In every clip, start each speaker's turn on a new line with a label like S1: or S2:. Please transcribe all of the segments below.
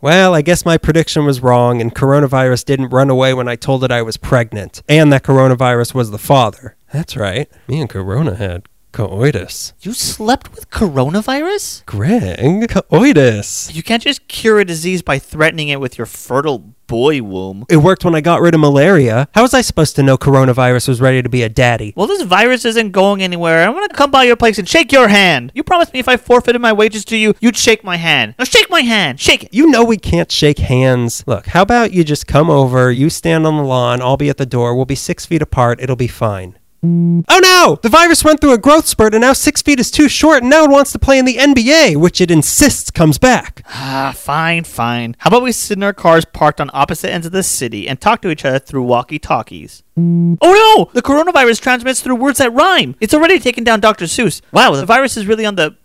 S1: well, I guess my prediction was wrong and coronavirus didn't run away when I told it I was pregnant and that coronavirus was the father. That's right. Me and Corona had coitus.
S2: You slept with coronavirus?
S1: Greg, coitus.
S2: You can't just cure a disease by threatening it with your fertile boy womb.
S1: It worked when I got rid of malaria. How was I supposed to know coronavirus was ready to be a daddy?
S2: Well, this virus isn't going anywhere. I want to come by your place and shake your hand. You promised me if I forfeited my wages to you, you'd shake my hand. Now shake my hand. Shake it.
S1: You know we can't shake hands. Look, how about you just come over, you stand on the lawn, I'll be at the door, we'll be six feet apart, it'll be fine. Oh no! The virus went through a growth spurt and now six feet is too short and now it wants to play in the NBA, which it insists comes back.
S2: Ah, fine, fine. How about we sit in our cars parked on opposite ends of the city and talk to each other through walkie talkies? Oh no! The coronavirus transmits through words that rhyme. It's already taken down Dr. Seuss. Wow, the virus is really on the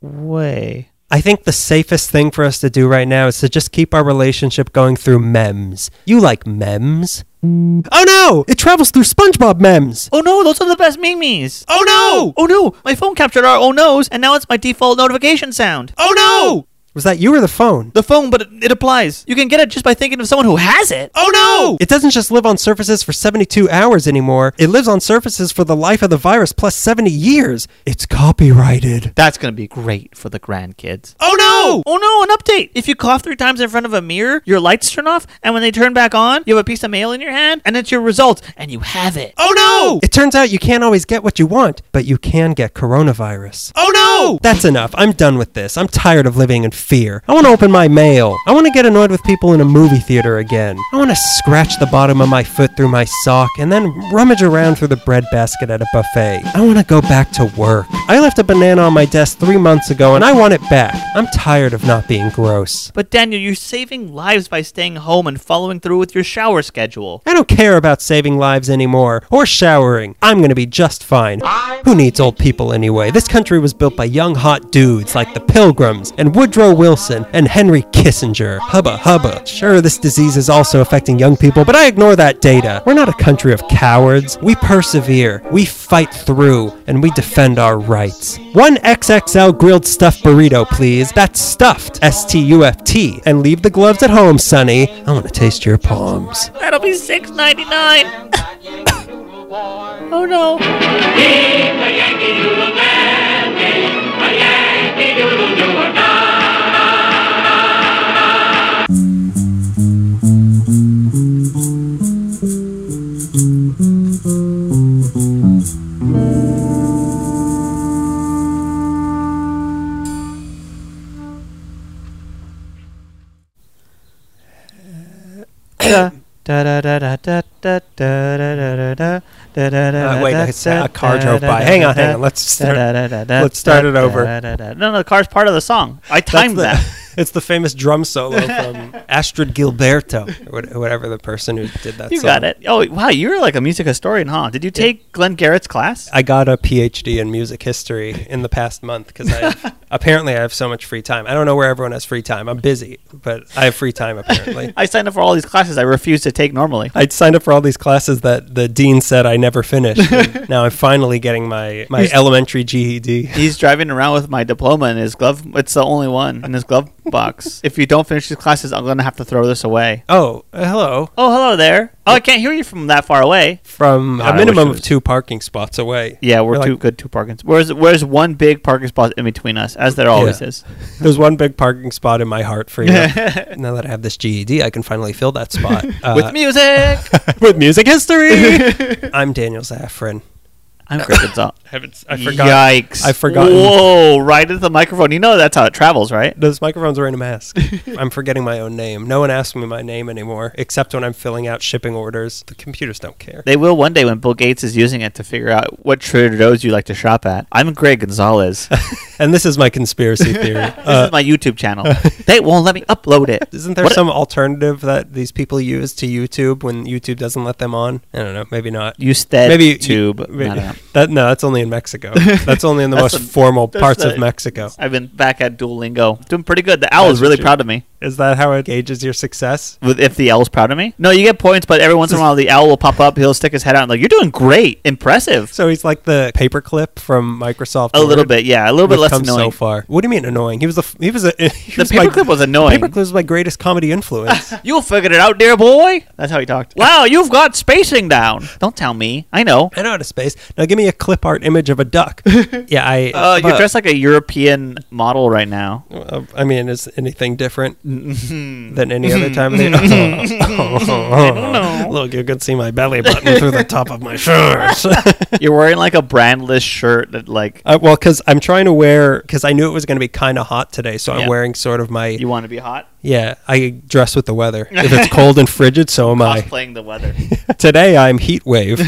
S2: way.
S1: I think the safest thing for us to do right now is to just keep our relationship going through memes. You like memes? Oh no! It travels through SpongeBob memes!
S2: Oh no, those are the best memes.
S1: Oh no!
S2: Oh no, my phone captured our oh no's and now it's my default notification sound.
S1: Oh no! Was that you or the phone?
S2: The phone, but it, it applies. You can get it just by thinking of someone who has it.
S1: Oh no! It doesn't just live on surfaces for 72 hours anymore. It lives on surfaces for the life of the virus plus 70 years. It's copyrighted.
S2: That's gonna be great for the grandkids.
S1: Oh no!
S2: Oh no, an update! If you cough three times in front of a mirror, your lights turn off, and when they turn back on, you have a piece of mail in your hand, and it's your results, and you have it.
S1: Oh no! It turns out you can't always get what you want, but you can get coronavirus. Oh no! That's enough. I'm done with this. I'm tired of living in fear. I want to open my mail. I want to get annoyed with people in a movie theater again. I want to scratch the bottom of my foot through my sock and then rummage around through the bread basket at a buffet. I want to go back to work. I left a banana on my desk three months ago and I want it back. I'm tired of not being gross.
S2: But Daniel, you're saving lives by staying home and following through with your shower schedule.
S1: I don't care about saving lives anymore or showering. I'm going to be just fine. Who needs old people anyway? This country was built by young hot dudes like the Pilgrims and Woodrow Wilson and Henry Kissinger. Hubba hubba. Sure, this disease is also affecting young people, but I ignore that data. We're not a country of cowards. We persevere, we fight through, and we defend our rights. One XXL grilled stuffed burrito, please. That's stuffed, S T U F T. And leave the gloves at home, Sonny. I want to taste your palms.
S2: That'll be six ninety nine. oh no.
S1: Uh,
S2: Wait,
S1: wait, it's- a car drove by. Hang on, hang on. Let's start- let's start it over.
S2: No, no, the car's part of the song. I timed
S1: the-
S2: that.
S1: It's the famous drum solo from Astrid Gilberto, or what- whatever the person who did that
S2: You
S1: song.
S2: got it. Oh wow, you're like a music historian, huh? Did you take Glenn Garrett's class?
S1: I got a PhD in music history in the past month because I apparently I have so much free time. I don't know where everyone has free time. I'm busy, but I have free time apparently.
S2: I signed up for all these classes I refuse to take normally.
S1: I signed up for all these classes that the dean said I never finished. and now I'm finally getting my my elementary E GED.
S2: He's driving around with my diploma in his glove. It's the only one in his glove box. if you don't finish these classes, I'm gonna have to throw this away.
S1: Oh, uh, hello.
S2: Oh, hello there. Oh, I can't hear you from that far away.
S1: From
S2: I
S1: a
S2: wish
S1: minimum
S2: it
S1: of
S2: was-
S1: two parking spots away.
S2: Yeah, we're,
S1: We're
S2: two
S1: like-
S2: good two parkings. Where's where's one big parking spot in between us, as there always
S1: Yeah.
S2: is.
S1: There's one big parking spot in my heart for you. now that I have this GED, I can finally fill that spot uh,
S2: With music,
S1: with music history. I'm Daniel Zaffron.
S2: I'm Greg Gonzalez.
S1: I haven't. I forgot.
S2: Yikes!
S1: I've forgotten.
S2: Whoa! Right at the microphone. You know that's how it travels, right?
S1: Those microphones are in a mask. I'm forgetting my own name. No one asks me my name anymore, except when I'm filling out shipping orders. The computers don't care.
S2: They will one day when Bill Gates is using it to figure out what Trader Joe's you like to shop at. I'm Greg Gonzalez. this
S1: And this is my conspiracy theory. Uh,
S2: is my YouTube channel. they won't let me upload it.
S1: isn't there
S2: What-
S1: some alternative that these people use to YouTube when YouTube doesn't let them on? I don't know. Maybe not.
S2: Usted
S1: maybe
S2: tube.
S1: you-
S2: I don't know.
S1: that no, that's only in Mexico. That's only in the
S2: That's
S1: most
S2: a-
S1: formal
S2: that's
S1: parts
S2: a-
S1: of Mexico.
S2: I've been back at Duolingo, doing pretty good. The owl
S1: That's
S2: is really
S1: what you-
S2: proud of me.
S1: Is that how it gauges your success?
S2: With if the owl's proud of me? No, you get points, but every once in a while the owl will pop up. He'll stick his head out and like, "You're doing great, impressive."
S1: So he's like the paperclip from Microsoft.
S2: A little
S1: Word.
S2: bit, yeah, a little bit
S1: We've
S2: less
S1: come so
S2: annoying.
S1: far. What do you mean annoying? He was a f- he was a he
S2: the
S1: was my-
S2: paperclip was annoying.
S1: Paperclip was my greatest comedy influence.
S2: You'll figure it out, dear boy. That's how he talked. Wow, you've got spacing down. Don't tell me. I know.
S1: I know how to space. Now give me a clip art image of a duck. yeah, I.
S2: Uh, you're
S1: but-
S2: dressed like a European model right now.
S1: uh, I mean, is anything different
S2: Mm-hmm.
S1: than any other time of the year? Look, you can see my belly button through the top of my shirt.
S2: You're wearing like a brandless shirt that like
S1: Uh, well, because I'm trying to wear because I knew it was going to be kind of hot today, so I'm
S2: Yeah.
S1: wearing sort of my
S2: you want to be hot.
S1: yeah. I dress with the weather. If it's cold and frigid, so am I.
S2: Cosplaying the weather.
S1: Today I'm heat wave.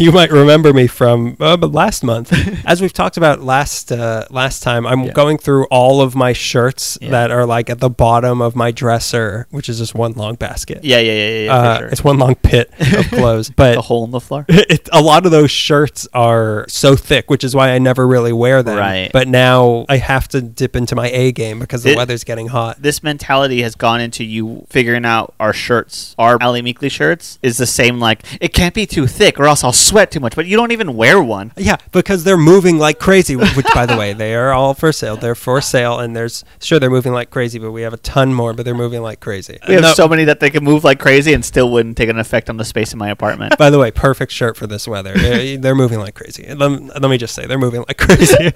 S1: you might remember me from uh, but last month, as we've talked about last uh, last time. I'm
S2: Yeah.
S1: going through all of my shirts
S2: Yeah.
S1: that are like at the bottom of my dresser, which is just one long basket.
S2: yeah, yeah, yeah, yeah. yeah,
S1: uh,
S2: for sure.
S1: It's one long pit of clothes, but
S2: a hole in the floor.
S1: it, a lot of those shirts are so thick, which is why I never really wear them.
S2: Right.
S1: But now I have to dip into my A game because the
S2: It-
S1: weather's getting hot.
S2: this mentality has gone into you figuring out our shirts. Our Ali Meekly shirts is the same. Like it can't be too thick, or else I'll sweat too much. But you don't even wear one.
S1: Yeah, because they're moving like crazy. wh- Which, by the way, they are all for sale. They're for sale, and there's sure they're moving like crazy, but we have a ton more. But they're moving like crazy.
S2: We have
S1: No,
S2: so many that they can move like crazy and still wouldn't take an effect on the space in my apartment.
S1: by the way, perfect shirt for this weather. Eh, they're moving like crazy. Let, m- let me just say, they're moving like crazy.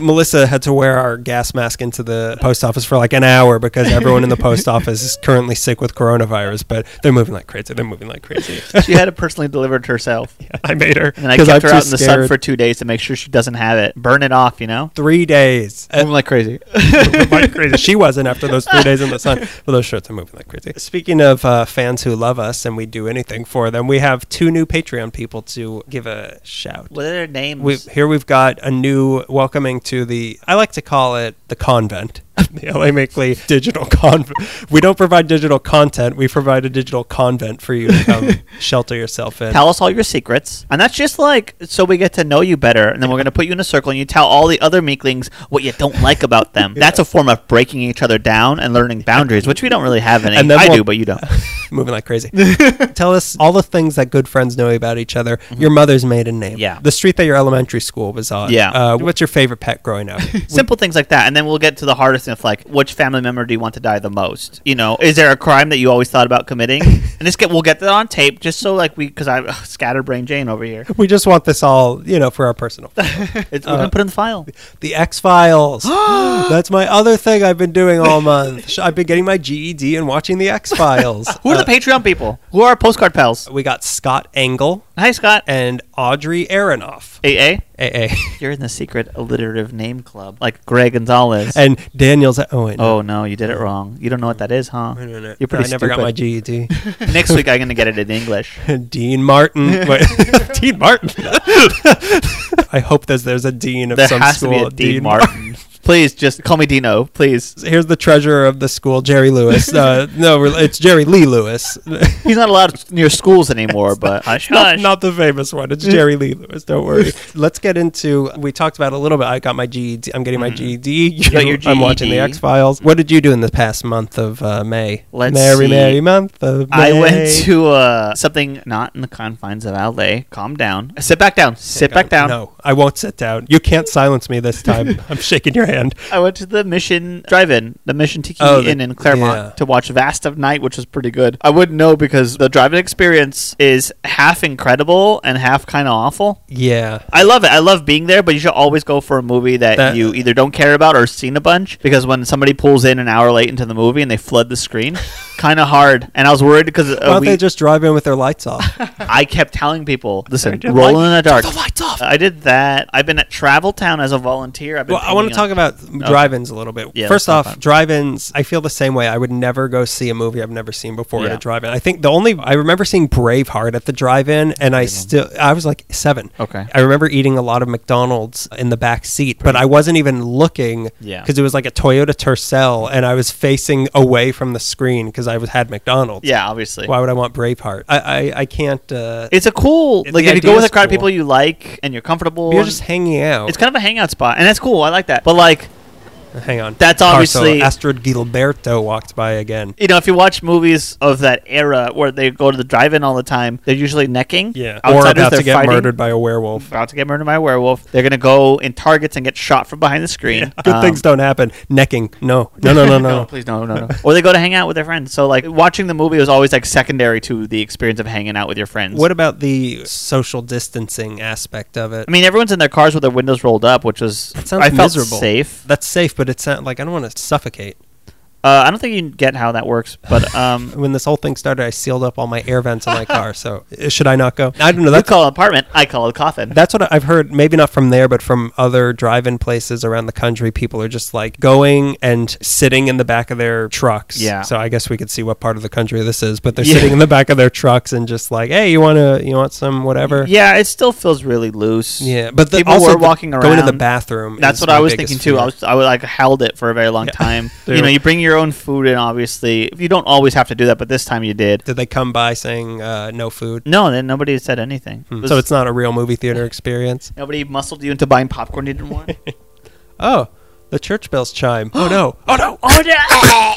S1: Melissa had to wear our gas mask into the post office for like an hour because everyone in the post office is currently sick with coronavirus, but they're moving like crazy. They're moving like crazy.
S2: she had it personally delivered herself,
S1: I made her.
S2: and I
S1: 'cause
S2: kept
S1: I'm
S2: her out
S1: too
S2: in the sun
S1: scared.
S2: for two days to make sure she doesn't have it. Burn it off, you know.
S1: three days. Eh,
S2: Moving like crazy.
S1: moving like crazy. She wasn't after those three days in the sun. But those shirts are moving like crazy. Speaking of uh, fans who love us and we do anything for them, we have two new Patreon people to give a shout.
S2: what are their names?
S1: We, here we've got a new welcoming to the, I like to call it the convent, the LA Makeley digital convent. We don't provide digital content, we provide a digital convent for you to come shelter yourself in.
S2: tell us all your secrets. And that's just like so we get to know you better. And then we're going to put you in a circle and you tell all the other meeklings what you don't like about them. That's a form of breaking each other down and learning boundaries, which we don't really have any.
S1: And then
S2: I
S1: we'll-
S2: do, but you don't.
S1: moving like crazy. Tell us all the things that good friends know about each other. Your mother's maiden name.
S2: Mm-hmm. Yeah.
S1: The street that your elementary school was on.
S2: Yeah.
S1: Uh, what's your favorite pet growing up?
S2: Simple things like that. And then we'll get to the hardest stuff like which family member do you want to die the most? You know, is there a crime that you always thought about committing? and this get we'll get that on tape just so like we cuz I ugh, scatterbrain Jane over here.
S1: we just want this all, you know, for our personal.
S2: It's,
S1: Uh,
S2: we're going to put it in the file.
S1: the X Files. That's my other thing I've been doing all month. Sh- I've been getting my GED and watching the X Files.
S2: Who are the Patreon people? Who are our postcard pals?
S1: we got Scott Engel
S2: Hi Scott.
S1: and Audrey Aronoff.
S2: AA.
S1: AA.
S2: You're in the secret alliterative name club, like Greg Gonzalez.
S1: and Daniel's. Oh, wait. No.
S2: oh no, you did it wrong. You don't know what that is, huh?
S1: No, no, no.
S2: You're pretty
S1: I never
S2: stupid.
S1: got my GED.
S2: Next week I'm gonna get it in English.
S1: Dean Martin. Wait, Dean Martin. I hope there's there's a dean of
S2: There
S1: some
S2: has
S1: school.
S2: to be a Dean, Martin. please just call me Dino, please.
S1: Here's the treasurer of the school, Jerry Lewis. Uh, no, re- it's Jerry Lee Lewis.
S2: He's not allowed near schools anymore, but hush,
S1: not,
S2: hush.
S1: not the famous one. It's Jerry Lee Lewis. Don't worry. Let's get into. We talked about a little bit. I got my GED. I'm getting my GED. Mm-hmm. You-
S2: got your
S1: I'm watching the
S2: GED.
S1: X Files. What did you do in the past month of uh, May?
S2: Let's
S1: merry,
S2: see.
S1: merry month of May.
S2: I went to uh, something not in the confines of LA. Calm down. Sit back down. Sit back down.
S1: No, I won't sit down. You can't silence me this time. I'm shaking your hand.
S2: I went to the Mission Drive-In, the Mission Tiki
S1: Oh, the-
S2: Inn in Claremont
S1: yeah.
S2: to watch Vast of Night, which was pretty good. I wouldn't know because the drive-in experience is half incredible and half kind of awful.
S1: Yeah.
S2: I love it. I love being there, but you should always go for a movie that,
S1: That-
S2: you either don't care about or seen a bunch because when somebody pulls in an hour late into the movie and they flood the screen, kind of hard. And I was worried because
S1: Why
S2: uh,
S1: don't
S2: we,
S1: they just drive in with their lights off?
S2: I kept telling people, listen,
S1: Turn the
S2: roll
S1: light-
S2: in the dark.
S1: lights off.
S2: I did that. I've been at Travel Town as a volunteer. I've been
S1: Well, I want to
S2: painting
S1: talk
S2: on-
S1: about drive-ins a little bit.
S2: Yeah,
S1: First
S2: that's not
S1: off,
S2: fun.
S1: drive-ins. I feel the same way. I would never go see a movie I've never seen before at a
S2: Yeah.
S1: drive-in. I think the only I remember seeing Braveheart at the drive-in, and I still I was like seven.
S2: Okay.
S1: I remember eating a lot of McDonald's in the back seat, but I wasn't even looking.
S2: Yeah.
S1: Because it was like a Toyota Tercel, and I was facing away from the screen because I was had McDonald's.
S2: Yeah, obviously.
S1: Why would I want Braveheart? I I, I can't. Uh,
S2: It's a cool
S1: It-
S2: like
S1: the
S2: if you
S1: idea
S2: go with
S1: is
S2: a crowd of
S1: cool.
S2: people you like and you're comfortable.
S1: you're
S2: and-
S1: just hanging out.
S2: it's kind of a hangout spot, and that's cool. I like that. But like,
S1: Hang on.
S2: That's
S1: Car, so
S2: obviously-
S1: Astrid Gilberto walked by again.
S2: You know, if you watch movies of that era where they go to the drive-in all the time, they're usually necking.
S1: Yeah.
S2: Outsiders,
S1: or about
S2: they're
S1: to get
S2: fighting.
S1: murdered by a werewolf.
S2: About to get murdered by a werewolf. They're gonna go in targets and get shot from behind the screen.
S1: Good
S2: Um,
S1: things don't happen. Necking. No. No, no, no, no.
S2: please no, no, no. or they go to hang out with their friends. So like watching the movie was always like secondary to the experience of hanging out with your friends.
S1: What about the social distancing aspect of it?
S2: I mean, everyone's in their cars with their windows rolled up, which was
S1: That sounds
S2: I felt
S1: miserable.
S2: safe.
S1: That's safe, but it's not like I don't want to suffocate.
S2: Uh, I don't think you get how that works, but um,
S1: When this whole thing started, I sealed up all my air vents in my car. So uh, should I not go? I don't know.
S2: you
S1: That's
S2: call an apartment, I call a coffin.
S1: That's what I've heard. Maybe not from there, but from other drive-in places around the country. People are just like going and sitting in the back of their trucks.
S2: Yeah.
S1: So I guess we could see what part of the country this is, but they're
S2: Yeah.
S1: sitting in the back of their trucks and just like, hey, you want to, you want some whatever?
S2: yeah, it still feels really loose.
S1: Yeah. But the,
S2: People
S1: also
S2: were
S1: the-
S2: walking
S1: going to the
S2: around.
S1: bathroom.
S2: That's
S1: is
S2: what I
S1: my
S2: was
S1: biggest
S2: thinking too. I
S1: fear.
S2: was I was like held it for a very long time.
S1: They
S2: you know,
S1: were-
S2: you bring your own food in, obviously. You don't always have to do that, but this time you did.
S1: Did they come by saying uh, no food?
S2: No, then nobody said anything. It was-
S1: Hmm. So it's not a real movie theater experience.
S2: nobody muscled you into buying popcorn you didn't want.
S1: Oh, the church bells chime. Oh no! Oh no!
S2: oh, no.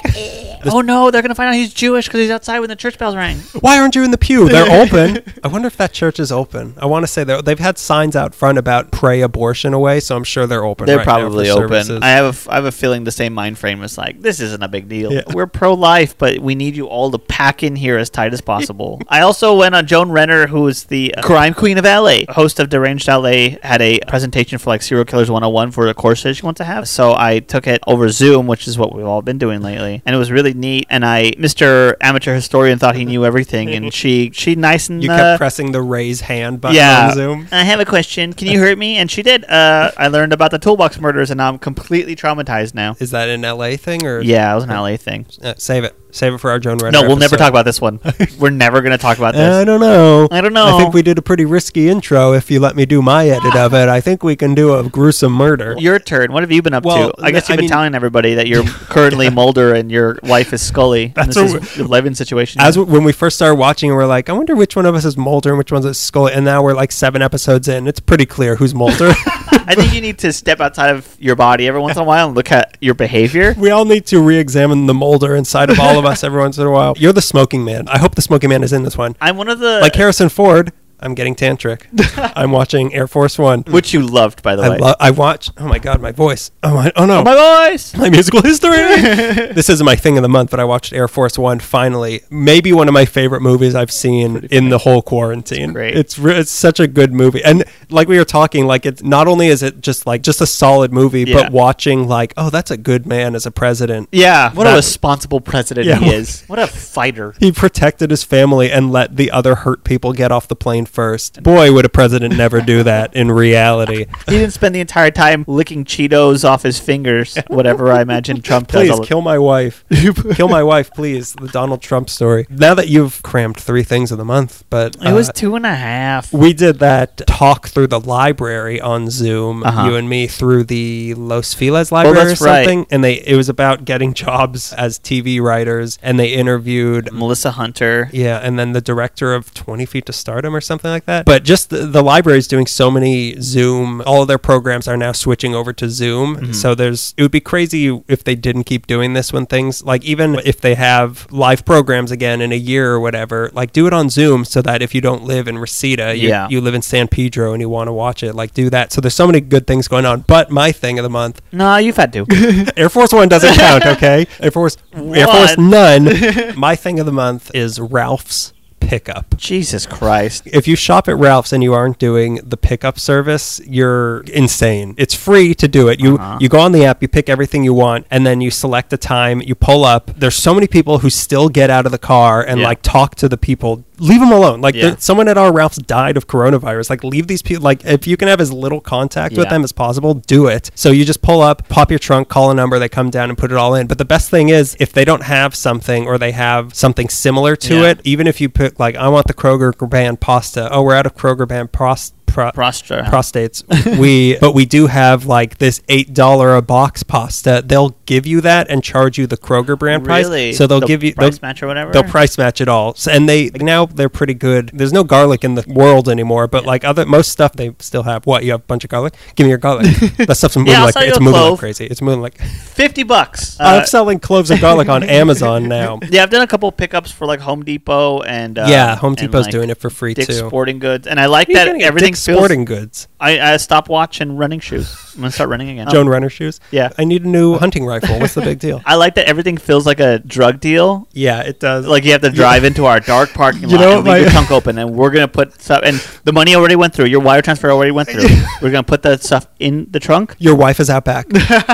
S2: oh no, they're gonna find out he's Jewish because he's outside when the church bells rang.
S1: Why aren't you in the pew? They're open. I wonder if that church is open. I want to say they're- they've had signs out front about pray abortion away, so I'm sure they're open.
S2: They're
S1: right now for
S2: probably open.
S1: services.
S2: I have a f- I have a feeling the same mind frame is like this isn't a big deal.
S1: Yeah.
S2: We're pro life, but we need you all to pack in here as tight as possible. I also went on Joan Renner, who is the crime queen of LA, host of Deranged LA, had a presentation for like Serial Killers 101 for the courses she wants to have. So I took it over Zoom, which is what we've all been doing lately, and it was really neat. And I, Mr. Amateur Historian, thought he knew everything, and she she nice and
S1: you
S2: uh,
S1: kept pressing the raise hand button on Zoom.
S2: I have a question. Can you hurt me? And she did. Uh, I learned about the toolbox murders, and now I'm completely traumatized now.
S1: Is that an LA thing or
S2: Yeah, it was an LA thing.
S1: Uh, save it. Save it for our Joan Renner.
S2: No, we'll never
S1: episode.
S2: talk about this one. We're never going to talk about
S1: I
S2: this.
S1: don't know.
S2: I don't know.
S1: I think we did a pretty risky intro. If you let me do my edit of it, I think we can do a gruesome murder.
S2: Your turn. What have you been up
S1: Well,
S2: to? I guess
S1: I
S2: you've been
S1: mean-
S2: telling everybody that you're currently Mulder and your wife is Scully. and
S1: That's
S2: this
S1: what
S2: is the Levin situation.
S1: As w- when we first started watching, we are like, I wonder which one of us is Mulder and which one's is Scully. And now we're like seven episodes in. It's pretty clear who's Mulder.
S2: I think you need to step outside of your body every once in a while and look at your behavior.
S1: We all need to re-examine the molder inside of all of us every once in a while. You're the smoking man. I hope the smoking man is in this one.
S2: I'm one of the
S1: Like Harrison Ford, I'm getting tantric. I'm watching Air Force One.
S2: which you loved, by the
S1: I
S2: way.
S1: love. I watch. Oh my god, my voice. Oh my. Oh no.
S2: my voice.
S1: my musical history. this isn't my thing of the month, but I watched Air Force One finally. Maybe one of my favorite movies I've seen in the whole quarantine.
S2: great.
S1: It's re- it's such a good movie, and like we were talking, like it's not only is it just like just a solid movie,
S2: Yeah.
S1: but watching like oh that's a good man as a president.
S2: Yeah, what
S1: That-
S2: a responsible president
S1: Yeah,
S2: he
S1: what-
S2: is. What a fighter.
S1: He protected his family and let the other hurt people get off the plane first. Boy, would a president never do that in reality.
S2: He didn't spend the entire time licking Cheetos off his fingers, whatever I imagine Trump does.
S1: Please
S2: all the-
S1: kill my wife. kill my wife, please. The Donald Trump story. Now that you've crammed three things of the month, but
S2: It was
S1: uh,
S2: two and a half.
S1: we did that talk through the library on Zoom,
S2: Uh-huh.
S1: you and me through the Los Feliz library or
S2: that's right.
S1: something, and they it was about getting jobs as TV writers, and they interviewed
S2: Melissa Hunter.
S1: Yeah, and then the director of 20 Feet to Stardom or something like that. But just the, the library is doing so many Zoom, all of their programs are now switching over to Zoom. So there's, it would be crazy if they didn't keep doing this when things, like even if they have live programs again in a year or whatever, like do it on Zoom so that if you don't live in Reseda, you,
S2: Yeah.
S1: you live in San Pedro and you want to watch it, like do that. So there's so many good things going on. But my thing of the month,
S2: No, you've had to.
S1: Air Force One doesn't count, okay? Air Force, Air Force
S2: One.
S1: none. My thing of the month is Ralph's pickup
S2: Jesus Christ.
S1: if you shop at Ralph's and you aren't doing the pickup service, you're insane. It's free to do it. You
S2: Uh-huh.
S1: you go on the app, you pick everything you want, and then you select a time. You pull up. There's so many people who still get out of the car and
S2: Yeah.
S1: like talk to the people. Leave them alone. Like
S2: Yeah.
S1: there- someone at our Ralph's died of coronavirus. Like leave these people. Like if you can have as little contact with
S2: Yeah.
S1: them as possible, do it. So you just pull up, pop your trunk, call a number. They come down and put it all in. But the best thing is if they don't have something or they have something similar to
S2: Yeah.
S1: it even if you pick like I want the Kroger brand pasta. Oh, we're out of Kroger brand pros- pro-
S2: Prostra.
S1: prostates. we but we do have like this eight dollar a box pasta. They'll give you that and charge you the Kroger brand price.
S2: Really?
S1: So they'll
S2: The
S1: give you
S2: price
S1: they'll,
S2: match or whatever.
S1: they'll price match it all. So, and they now they're pretty good. There's no garlic in the world anymore, but like other most stuff they still have. What you have a bunch of garlic? Give me your garlic. that stuff's moving
S2: Yeah, I'll
S1: like
S2: sell you
S1: it's
S2: a
S1: moving like
S2: clove.
S1: crazy. It's moving like
S2: Fifty bucks. Uh,
S1: Oh, I'm selling cloves of garlic on Amazon now.
S2: yeah, I've done a couple pickups for like Home Depot and uh,
S1: yeah, Home
S2: and,
S1: Depot's
S2: like,
S1: doing it for free
S2: Dick's
S1: too.
S2: Sporting Goods, and I like
S1: You're
S2: that
S1: getting a
S2: everything
S1: Dick's
S2: feels.
S1: sporting goods.
S2: I, I stopwatch and running shoes. I'm gonna start running again.
S1: Joan Runner shoes.
S2: Yeah.
S1: I need a new hunting rifle. What's the big deal?
S2: I like that everything feels like a drug deal.
S1: Yeah, it does.
S2: Like you have to drive into our dark parking lot
S1: You know
S2: and
S1: what
S2: leave your
S1: my-
S2: trunk open, and we're gonna put stuff. And the money already went through. Your wire transfer already went through. we're gonna put that stuff in the trunk.
S1: Your wife is out back.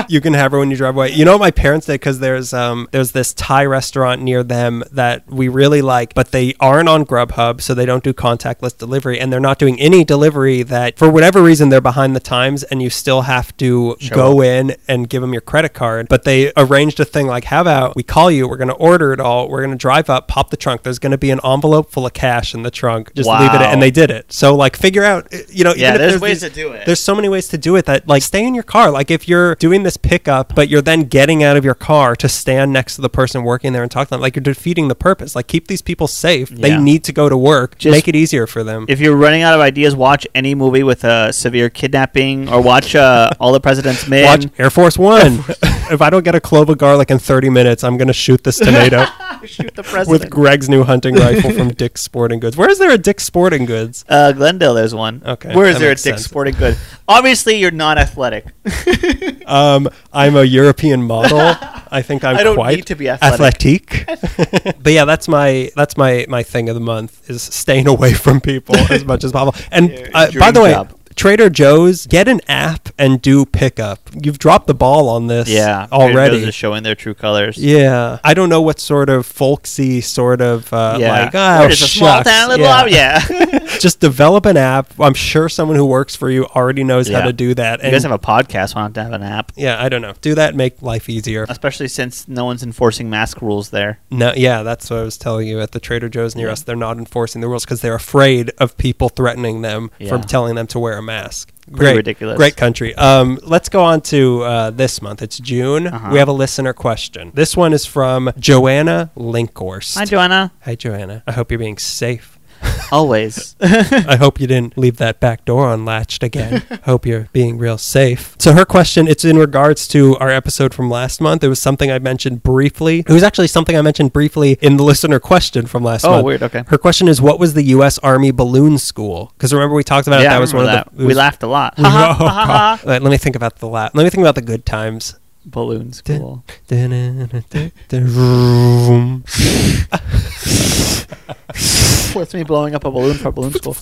S1: you can have her when you drive away. You know what my parents did because there's um there's this Thai restaurant near them that we really like, but they aren't on Grubhub, so they don't do contactless delivery, and they're not doing any delivery. That for whatever reason they're behind the times, and you still have to go in and give them your credit card. But they arranged a thing like, how about we call you? We're gonna order it all. We're gonna drive up, pop the trunk. There's gonna be an envelope full of cash in the trunk. Just leave it,
S2: Wow.
S1: and they did it. So like, figure out, eh, you know,
S2: Yeah,
S1: even if
S2: there's ways
S1: these-
S2: to do it.
S1: There's so many ways to do it that like stay in your car. Like if you're doing this pickup, but you're then getting out of your car to stand next to the person working there and talk to them, like you're defeating the purpose. Like keep these people safe. They
S2: Yeah.
S1: need to go to work.
S2: Just-
S1: Make it easier for them.
S2: If you're running out of ideas, watch any movie with a severe kidnapping, or watch uh, All the President's Men.
S1: Watch Air Force One. if I don't get a clove of garlic in 30 minutes, I'm gonna shoot this tomato
S2: Shoot the
S1: with
S2: president.
S1: Greg's new hunting rifle from Dick's Sporting Goods. Where is there a Dick's Sporting Goods?
S2: uh, Glendale, there's one.
S1: Okay,
S2: Where is
S1: that
S2: there a
S1: makes
S2: Dick's
S1: sense.
S2: Sporting Good? Obviously, you're not athletic.
S1: Um, I'm a European model. I think I'm
S2: I don't
S1: quite
S2: need to be athletic.
S1: athletic. but yeah, that's my that's my my thing of the month is staying away from people as much as possible. And
S2: Your
S1: uh, by
S2: dream
S1: the way,
S2: job.
S1: Trader Joe's, get an app and do pickup. You've dropped the ball on this
S2: Yeah,
S1: already.
S2: is showing their true colors.
S1: yeah, I don't know what sort of folksy sort of uh,
S2: yeah.
S1: like oh
S2: We're just a small
S1: shucks."
S2: town, little
S1: yeah.
S2: ob- yeah.
S1: just develop an app. I'm sure someone who works for you already knows how
S2: Yeah.
S1: to do that.
S2: you guys have a podcast. Why not have an app?
S1: yeah, I don't know. Do that, make life easier.
S2: Especially since no one's enforcing mask rules there.
S1: No, yeah, that's what I was telling you. At the Trader Joe's near us, they're not enforcing the rules because they're afraid of people threatening them
S2: Yeah.
S1: from telling them to wear a mask.
S2: Pretty ridiculous.
S1: Great country. Um, let's go on to uh, this month. It's June.
S2: Uh-huh.
S1: We have a listener question. This one is from Joanna Linkhorst.
S2: Hi, Joanna.
S1: Hi, Joanna. I hope you're being safe.
S2: Always.
S1: I hope you didn't leave that back door unlatched again. hope you're being real safe. So her question, it's in regards to our episode from last month. It was something I mentioned briefly. It was actually something I mentioned briefly in the listener question from last
S2: Oh,
S1: month.
S2: weird, okay.
S1: Her question is, what was the U.S. Army balloon school? Because remember we talked about it.
S2: yeah,
S1: that
S2: I
S1: was one
S2: remember that.
S1: of the it
S2: we
S1: was-
S2: laughed a lot.
S1: Oh, God. All right, let me think about the la- Let me think about the good times.
S2: Balloons. Cool. What's me blowing up a balloon for balloon school?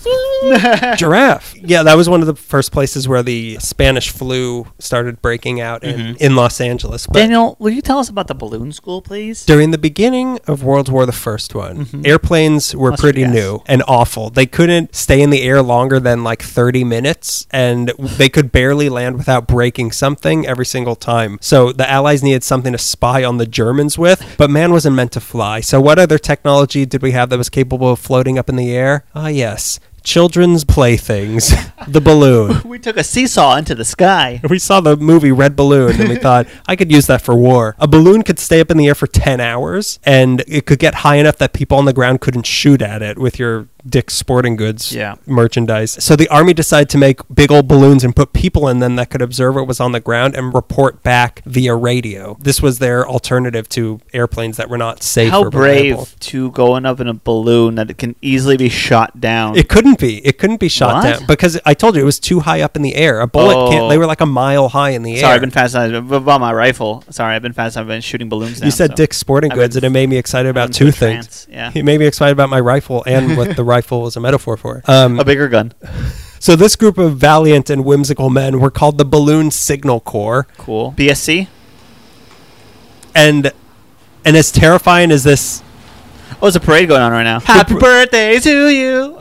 S1: giraffe. Yeah, that was one of the first places where the Spanish flu started breaking out in, in Los Angeles. But
S2: Daniel, will you tell us about the balloon school, please?
S1: during the beginning of World War the First one, airplanes were
S2: Mustard
S1: pretty
S2: gas.
S1: new and awful. They couldn't stay in the air longer than like 30 minutes and they could barely land without breaking something every single time. So the Allies needed something to spy on the Germans with, but man wasn't meant to fly. So what other technology did we have that was capable of floating up in the air? Ah, yes. Children's playthings, the balloon.
S2: We took a seesaw into the sky.
S1: We saw the movie Red Balloon and we thought, I could use that for war. A balloon could stay up in the air for 10 hours and it could get high enough that people on the ground couldn't shoot at it with your Dick's Sporting Goods
S2: Yeah.
S1: merchandise. So the army decided to make big old balloons and put people in them that could observe what was on the ground and report back via radio. This was their alternative to airplanes that were not safe.
S2: How
S1: or reliable.
S2: brave to go in up in a balloon that it can easily be shot down.
S1: It couldn't be. It couldn't be shot
S2: What?
S1: down because I told you it was too high up in the air. A bullet can't.
S2: Oh.
S1: They were like a mile high in the air.
S2: Sorry, I've been fascinated b- by my rifle. Sorry, I've been fascinated. I've been shooting balloons.
S1: You said Dick's Sporting
S2: I've
S1: Goods,
S2: been-
S1: and it made me excited about
S2: into
S1: two
S2: a
S1: things.
S2: trance, yeah.
S1: It made me excited about my rifle and what the rifle was a metaphor for. Um,
S2: a bigger gun.
S1: so this group of valiant and whimsical men were called the Balloon Signal Corps,
S2: Cool. BSC.
S1: and and as terrifying as this
S2: Oh, there's a parade going on right now. Happy birthday to you.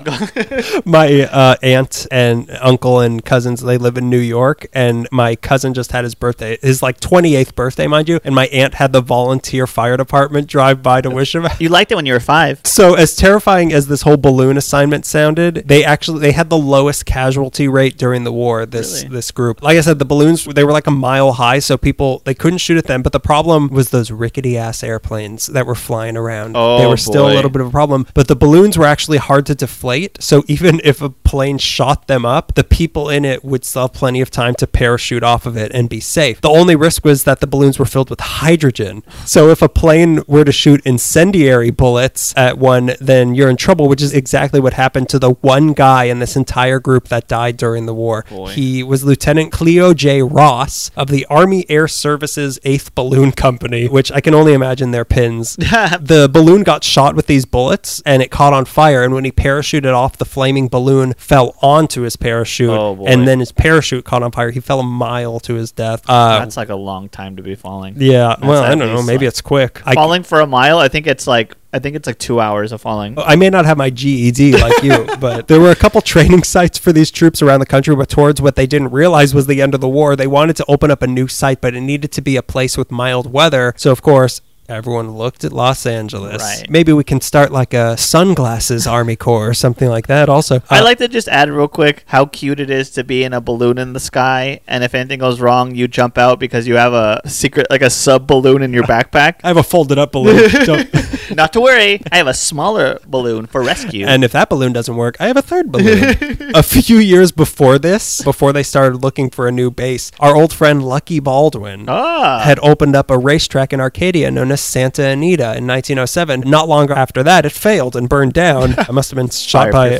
S1: my uh, aunt and uncle and cousins they live in new york and my cousin just had his birthday his like 28th birthday mind you and my aunt had the volunteer fire department drive by to wish him
S2: you liked it when you were five.
S1: so as terrifying as this whole balloon assignment sounded they actually they had the lowest casualty rate during the war this
S2: Really?
S1: this group like i said the balloons they were like a mile high so people they couldn't shoot at them but the problem was those rickety ass airplanes that were flying around they
S2: Oh,
S1: were still a
S2: boy.
S1: little bit of a problem but the balloons were actually hard to deflate so even if a plane shot them up the people in it would still have plenty of time to parachute off of it and be safe the only risk was that the balloons were filled with hydrogen so if a plane were to shoot incendiary bullets at one then you're in trouble which is exactly what happened to the one guy in this entire group that died during the war
S2: Boy.
S1: he was lieutenant cleo j ross of the army air services 8th balloon company which i can only imagine their pins the balloon got shot with these bullets and it caught on fire and when he parachuted off the flaming balloon fell onto his parachute
S2: Oh, boy.
S1: and then his parachute caught on fire he fell a mile to his death uh,
S2: That's like a long time to be falling.
S1: yeah well i
S2: at
S1: don't know
S2: least,
S1: maybe
S2: like,
S1: it's quick I,
S2: falling for a mile, I think it's like I think it's like two hours of falling.
S1: I may not have my GED like you, but there were a couple training sites for these troops around the country. But towards what they didn't realize was the end of the war, they wanted to open up a new site, but it needed to be a place with mild weather. So, of course, everyone looked at Los Angeles.
S2: Right.
S1: Maybe we can start like a sunglasses army corps or something like that. Also,
S2: I
S1: Uh,
S2: like to just add real quick how cute it is to be in a balloon in the sky, and if anything goes wrong, you jump out because you have a secret, like a sub balloon in your backpack.
S1: I have a folded up balloon. Don't-
S2: Not to worry, I have a smaller balloon for rescue.
S1: And if that balloon doesn't work, I have a third balloon. a few years before this, before they started looking for a new base, our old friend Lucky Baldwin
S2: ah,
S1: had opened up a racetrack in Arcadia known as Santa Anita in 1907. Not long after that, it failed and burned down. I must have been shot by
S2: Fire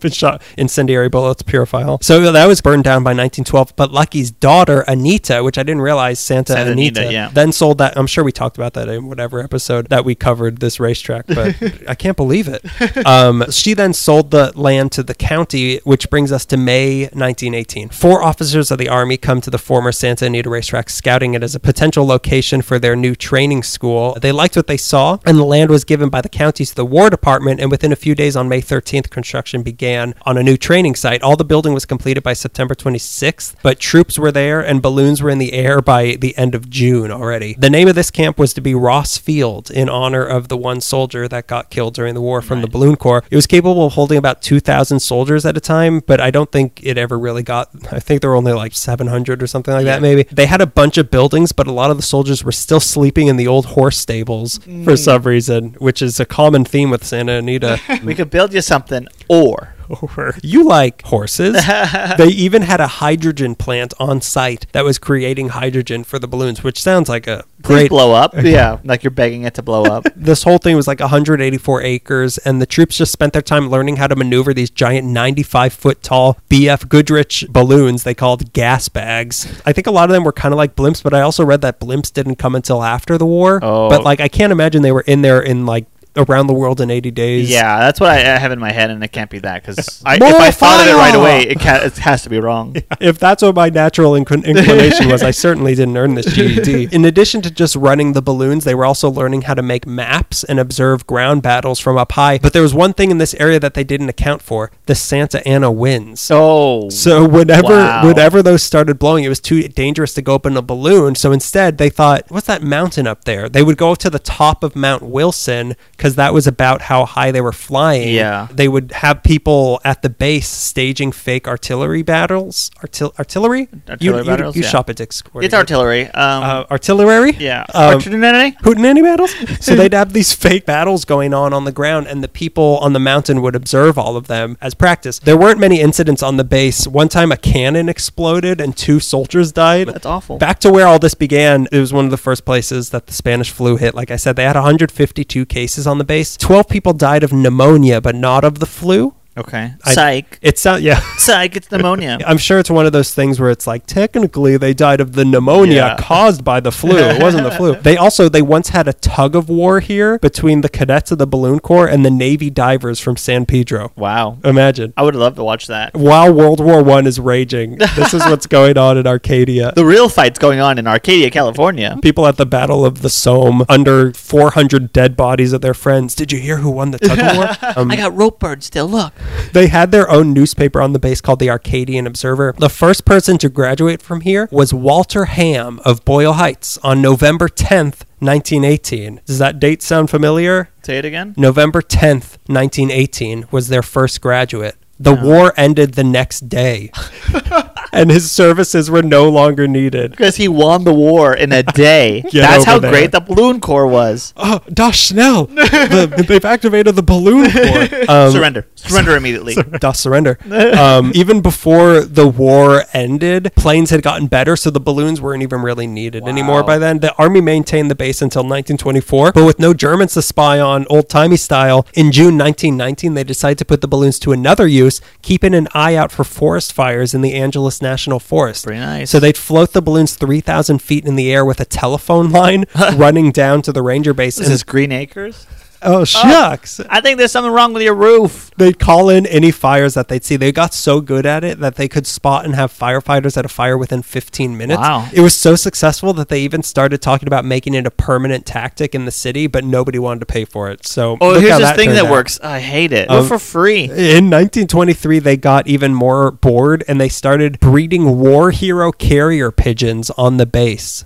S1: been shot incendiary bullets, pyrophile. So that was burned down by 1912. But Lucky's daughter Anita, which I didn't realize Santa,
S2: Santa
S1: Anita,
S2: Anita, yeah.
S1: then sold that. I'm sure we talked about that in whatever episode that we covered this racetrack, but I can't believe it. Um, she then sold the land to the county, which brings us to May 1918. Four officers of the Army come to the former Santa Anita racetrack, scouting it as a potential location for their new training school. They liked what they saw, and the land was given by the county to the War Department. And within a few days, on May 13th, construction began on a new training site. All the building was completed by September 26th, but troops were there and balloons were in the air by the end of June already. The name of this camp was to be Ross Field in honor of the one soldier that got killed during the war from the Balloon Corps. It was capable of holding about 2,000 soldiers at a time, but I don't think it ever really got, I think there were only like 700 or something like that, maybe. They had a bunch of buildings, but a lot of the soldiers were still sleeping in the old horse stables for some reason, which is a common theme with Santa Anita.
S2: we could build you something, or
S1: You like horses. they even had a hydrogen plant on site that was creating hydrogen for the balloons, which sounds like a
S2: Please
S1: great.
S2: blow up. Yeah, like you're begging it to blow up.
S1: This whole thing was like 184 acres, and the troops just spent their time learning how to maneuver these giant 95 foot tall BF Goodrich balloons they called gas bags. I think a lot of them were kind of like blimps, but I also read that blimps didn't come until after the war.
S2: Oh.
S1: But like, I can't imagine they were in there in like around the world in 80 days.
S2: Yeah, that's what I, I have in my head, and it can't be that because if
S1: More
S2: I thought of it right
S1: fire!
S2: away, it, ca- it has to be wrong.
S1: if that's what my natural inclin- inclination was, I certainly didn't earn this GED. In addition to just running the balloons, they were also learning how to make maps and observe ground battles from up high. But there was one thing in this area that they didn't account for: the Santa Ana winds.
S2: Oh,
S1: So whenever
S2: Wow.
S1: whenever those started blowing, it was too dangerous to go up in a balloon. So instead, they thought, "What's that mountain up there?" They would go to the top of Mount Wilson because that was about how high they were flying.
S2: Yeah.
S1: they would have people at the base staging fake artillery battles. Artil- artillery?
S2: Artillery
S1: you,
S2: battles,
S1: You, you
S2: yeah.
S1: shop at Dick's. Sporting
S2: it's
S1: Goods.
S2: artillery. Um,
S1: Uh, artillery?
S2: yeah,
S1: Um,
S2: artillery.
S1: hootenanny battles. So they'd have these fake battles going on on the ground, and the people on the mountain would observe all of them as practice. There weren't many incidents on the base. One time, a cannon exploded and two soldiers died.
S2: That's awful.
S1: Back to where all this began, it was one of the first places that the Spanish flu hit. Like I said, they had 152 cases on the base. 12 people died of pneumonia, but not of the flu.
S2: Okay.
S1: I-
S2: Psych.
S1: It sounds yeah.
S2: Psych. It's pneumonia.
S1: I'm sure it's one of those things where it's like technically they died of the pneumonia
S2: Yeah.
S1: caused by the flu. It wasn't the flu. They also they once had a tug of war here between the cadets of the balloon corps and the navy divers from San Pedro.
S2: Wow.
S1: Imagine.
S2: I would love to watch that.
S1: While World War 1 is raging, this is what's going on in Arcadia.
S2: The real fight's going on in Arcadia, California.
S1: People at the Battle of the Somme under 400 dead bodies of their friends. Did you hear who won the tug of war? Um,
S2: I got rope burn still. Look.
S1: They had their own newspaper on the base called the Arcadian Observer. The first person to graduate from here was Walter Ham of Boyle Heights on November 10th, 1918. Does that date sound familiar?
S2: Say it again.
S1: November 10th, 1918 was their first graduate. The war ended the next day, and his services were no longer needed.
S2: Because he won the war in a day.
S1: Get
S2: That's
S1: over
S2: how
S1: there.
S2: great the Balloon Corps was.
S1: Oh, Dosh Schnell! The- they've activated the balloon corps. Um,
S2: surrender. Surrender immediately.
S1: Doth surrender. Um, even before the war ended, planes had gotten better, so the balloons weren't even really needed anymore by then. The army maintained the base until 1924, but with no Germans to spy on, old timey style, in June 1919, they decided to put the balloons to another use, keeping an eye out for forest fires in the Angeles National Forest.
S2: Pretty nice.
S1: So they'd float the balloons 3,000 feet in the air with a telephone line running down to the ranger base.
S2: this
S1: and-
S2: is Green Acres.
S1: oh, shucks.
S2: I think there's something wrong with your roof.
S1: They'd call in any fires that they'd see. They got so good at it that they could spot and have firefighters at a fire within 15 minutes.
S2: Wow.
S1: It was so successful that they even started talking about making it a permanent tactic in the city, but nobody wanted to pay for it. So,
S2: Oh,
S1: look
S2: here's
S1: how
S2: this thing
S1: turned
S2: that
S1: out.
S2: works. I hate it. We're
S1: Um,
S2: for free.
S1: In 1923, they got even more bored and they started breeding war hero carrier pigeons on the base.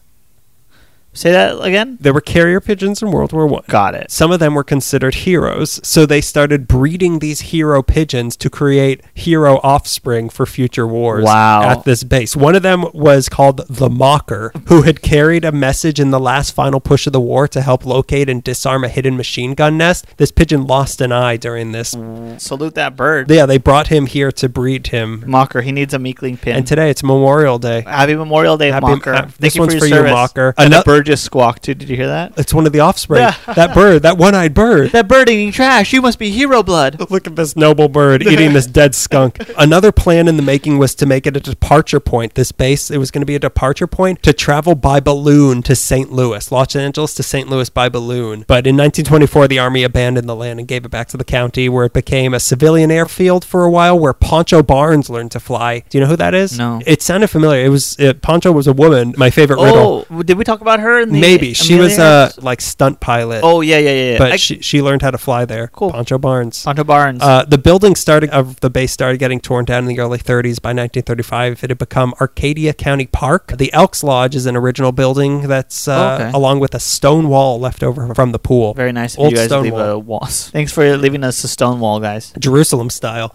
S2: Say that again.
S1: There were carrier pigeons in World War One.
S2: Got it.
S1: Some of them were considered heroes, so they started breeding these hero pigeons to create hero offspring for future wars
S2: Wow.
S1: at this base. One of them was called the Mocker, who had carried a message in the last final push of the war to help locate and disarm a hidden machine gun nest. This pigeon lost an eye during this.
S2: Salute that bird.
S1: Yeah, they brought him here to breed him.
S2: Mocker, he needs a meekling pin.
S1: And today it's Memorial Day.
S2: Happy Memorial Day,
S1: Happy-
S2: Mocker.
S1: uh,
S2: Thank
S1: this
S2: you
S1: one's
S2: for your
S1: for you,
S2: service.
S1: Mocker.
S2: And
S1: Ano-
S2: the bird just squawked too. Did you hear that?
S1: It's one of the offspring. that bird, that one-eyed bird.
S2: That bird eating trash. You must be hero blood.
S1: Look at this noble bird eating this dead skunk. Another plan in the making was to make it a departure point. This base, it was going to be a departure point to travel by balloon to St. Louis, Los Angeles to St. Louis by balloon. But in 1924, the Army abandoned the land and gave it back to the county, where it became a civilian airfield for a while, where Poncho Barnes learned to fly. Do you know who that is?
S2: No.
S1: It sounded familiar. It was uh Poncho was a woman. My favorite riddle.
S2: Oh, did we talk about her? In the
S1: Maybe she was a
S2: Amelia
S1: uh,
S2: Earhart?
S1: like stunt pilot.
S2: Oh yeah, yeah, yeah. yeah.
S1: But
S2: I-
S1: she, she learned how to fly there.
S2: Cool.
S1: Poncho Barnes.
S2: Ponto Barnes.
S1: Uh, the building started of the base started getting torn down in the early 30s. By 1935, it had become Arcadia County Park. The Elks Lodge is an original building that's uh,
S2: Oh, Okay.
S1: along with a stone wall left over from the pool.
S2: Very nice of
S1: Old
S2: you guys to
S1: stone
S2: leave
S1: wall.
S2: a wall. Thanks for leaving us a stone wall, guys.
S1: Jerusalem style.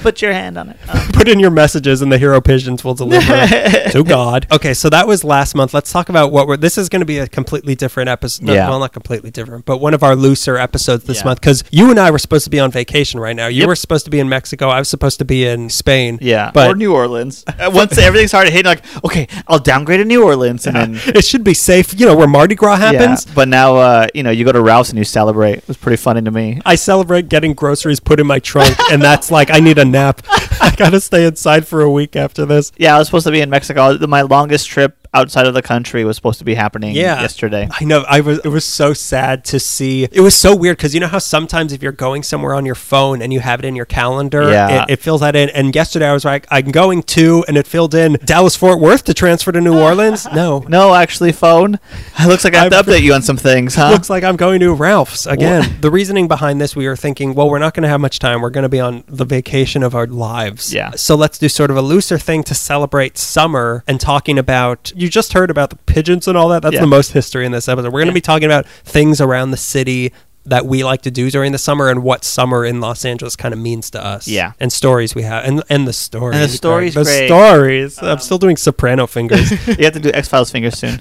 S2: Put your hand on it. Uh,
S1: Put in your messages, and the hero pigeons will deliver them to God. Okay, so that was last month. Let's talk about what we're. This is going to be a completely different episode.
S2: Yeah.
S1: Well, not completely different, but one of our looser episodes this
S2: Yeah.
S1: month because you and I were supposed to be on vacation right now. You
S2: Yep.
S1: were supposed to be in Mexico. I was supposed to be in Spain.
S2: yeah,
S1: but
S2: or New Orleans. Uh, Once everything started hitting, like, okay, I'll downgrade to New Orleans, and then
S1: it should be safe. You know where Mardi Gras happens.
S2: Yeah, but now, uh, you know, you go to Ralph's and you celebrate. It was pretty funny to me.
S1: I celebrate getting groceries put in my trunk, and that's like I need a nap. I gotta stay inside for a week after this.
S2: Yeah, I was supposed to be in Mexico. My longest trip outside of the country was supposed to be happening
S1: Yeah.
S2: yesterday.
S1: I know. I was. It was so sad to see. It was so weird because you know how sometimes if you're going somewhere on your phone and you have it in your calendar,
S2: Yeah.
S1: it, it fills that in. And yesterday I was like, I'm going to, and it filled in Dallas Fort Worth to transfer to New Orleans. No,
S2: No, actually, phone. It looks like I have to
S1: I've-
S2: update you on some things, huh?
S1: looks like I'm going to Ralph's again. The reasoning behind this, we were thinking, well, we're not going to have much time. We're going to be on the vacation of our lives.
S2: Yeah.
S1: So let's do sort of a looser thing to celebrate summer and talking about. You just heard about the pigeons and all that. That's
S2: Yeah.
S1: the most history in this episode. We're going to
S2: Yeah.
S1: be talking about things around the city that we like to do during the summer and what summer in Los Angeles kind of means to us.
S2: Yeah.
S1: And stories we have and and the stories. Greg.
S2: stories,
S1: The
S2: Greg. Um,
S1: stories. I'm still doing soprano fingers.
S2: you have to do X Files fingers soon.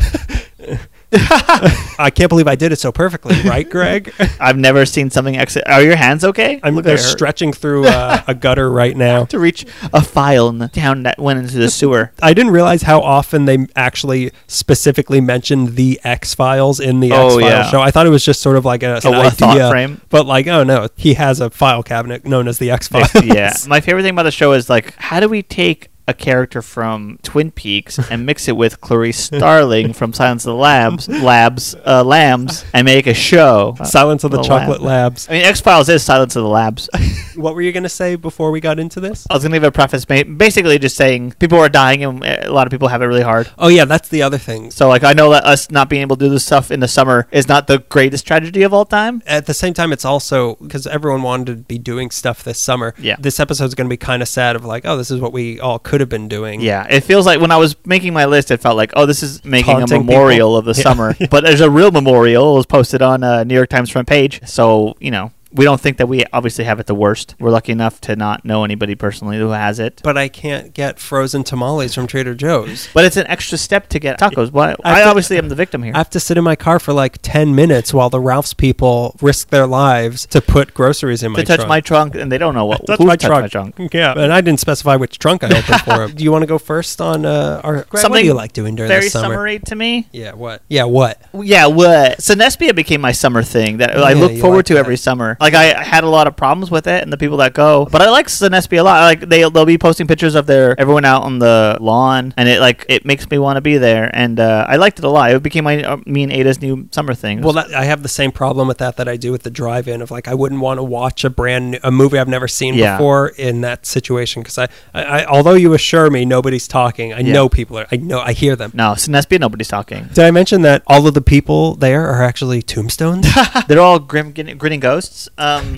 S1: I can't believe I did it so perfectly, right, Greg?
S2: I've never seen something exit. Are your hands okay?
S1: I'm
S2: Look,
S1: they're
S2: they hurt.
S1: stretching through uh, a gutter right now.
S2: to reach a file in the town that went into the sewer.
S1: I didn't realize how often they actually specifically mentioned the X Files in the
S2: Oh,
S1: X Files
S2: yeah.
S1: show. I thought it was just sort of like a,
S2: A
S1: an
S2: one thought
S1: idea,
S2: frame.
S1: but like, oh no, he has a file cabinet known as the X Files.
S2: yeah. My favorite thing about the show is like, how do we take a character from Twin Peaks and mix it with Clarice Starling from Silence of the Labs, Labs, uh, Lambs, and make a show?
S1: Uh, Silence of the,
S2: The Lab.
S1: Chocolate Labs.
S2: I mean, X Files is Silence of the Labs.
S1: What were you gonna say before we got into this?
S2: I was gonna leave a preface, ba- basically just saying people are dying and uh, a lot of people have it really hard.
S1: Oh yeah, that's the other thing.
S2: So like, I know that us not being able to do this stuff in the summer is not the greatest tragedy of all time.
S1: at the same time, it's also because everyone wanted to be doing stuff this summer.
S2: Yeah.
S1: This episode's going to be kind of sad of like, oh, this is what we all could have been doing.
S2: Yeah, it feels like when I was making my list, it felt like, oh, this is making
S1: Taunting
S2: a memorial
S1: people.
S2: of the
S1: Yeah.
S2: summer. But there's a real memorial. It was posted on uh, New York Times front page. So, you know, we don't think that we obviously have it the worst. We're lucky enough to not know anybody personally who has it.
S1: But I can't get frozen tamales from Trader Joe's.
S2: But it's an extra step to get tacos. Why?
S1: I
S2: I,
S1: feel-
S2: obviously am the victim here.
S1: I have to sit in my car for like 10 minutes while the Ralph's people risk their lives to put groceries in my
S2: they touch
S1: trunk.
S2: my trunk and they don't know what.
S1: Touch
S2: who
S1: my
S2: touched
S1: trunk. Yeah, and I didn't specify which trunk I opened for him. Do you want to go first on uh, our? Greg, what
S2: Something
S1: do you like doing during
S2: Very
S1: the summer?
S2: summery to me.
S1: Yeah, what? Yeah, what?
S2: Yeah, what? So Nespia became my summer thing that I
S1: Yeah,
S2: look
S1: you
S2: forward
S1: like
S2: to
S1: that.
S2: every summer. Like I had a lot of problems with it and the people that go, but I like Sinespia a lot. Like they they'll be posting pictures of their everyone out on the lawn, and it like it makes me want to be there, and uh, I liked it a lot. It became my uh, me and Ada's new summer thing.
S1: Well, that, I have the same problem with that that I do with the drive-in of like I wouldn't want to watch a brand new, a movie I've never seen
S2: Yeah.
S1: before in that situation because I, I, I although you assure me nobody's talking, I
S2: Yeah.
S1: know people are I know I hear them.
S2: no, Sinespia, nobody's talking.
S1: Did I mention that all of the people there are actually tombstones,
S2: They're all grim grin- grinning ghosts. Um,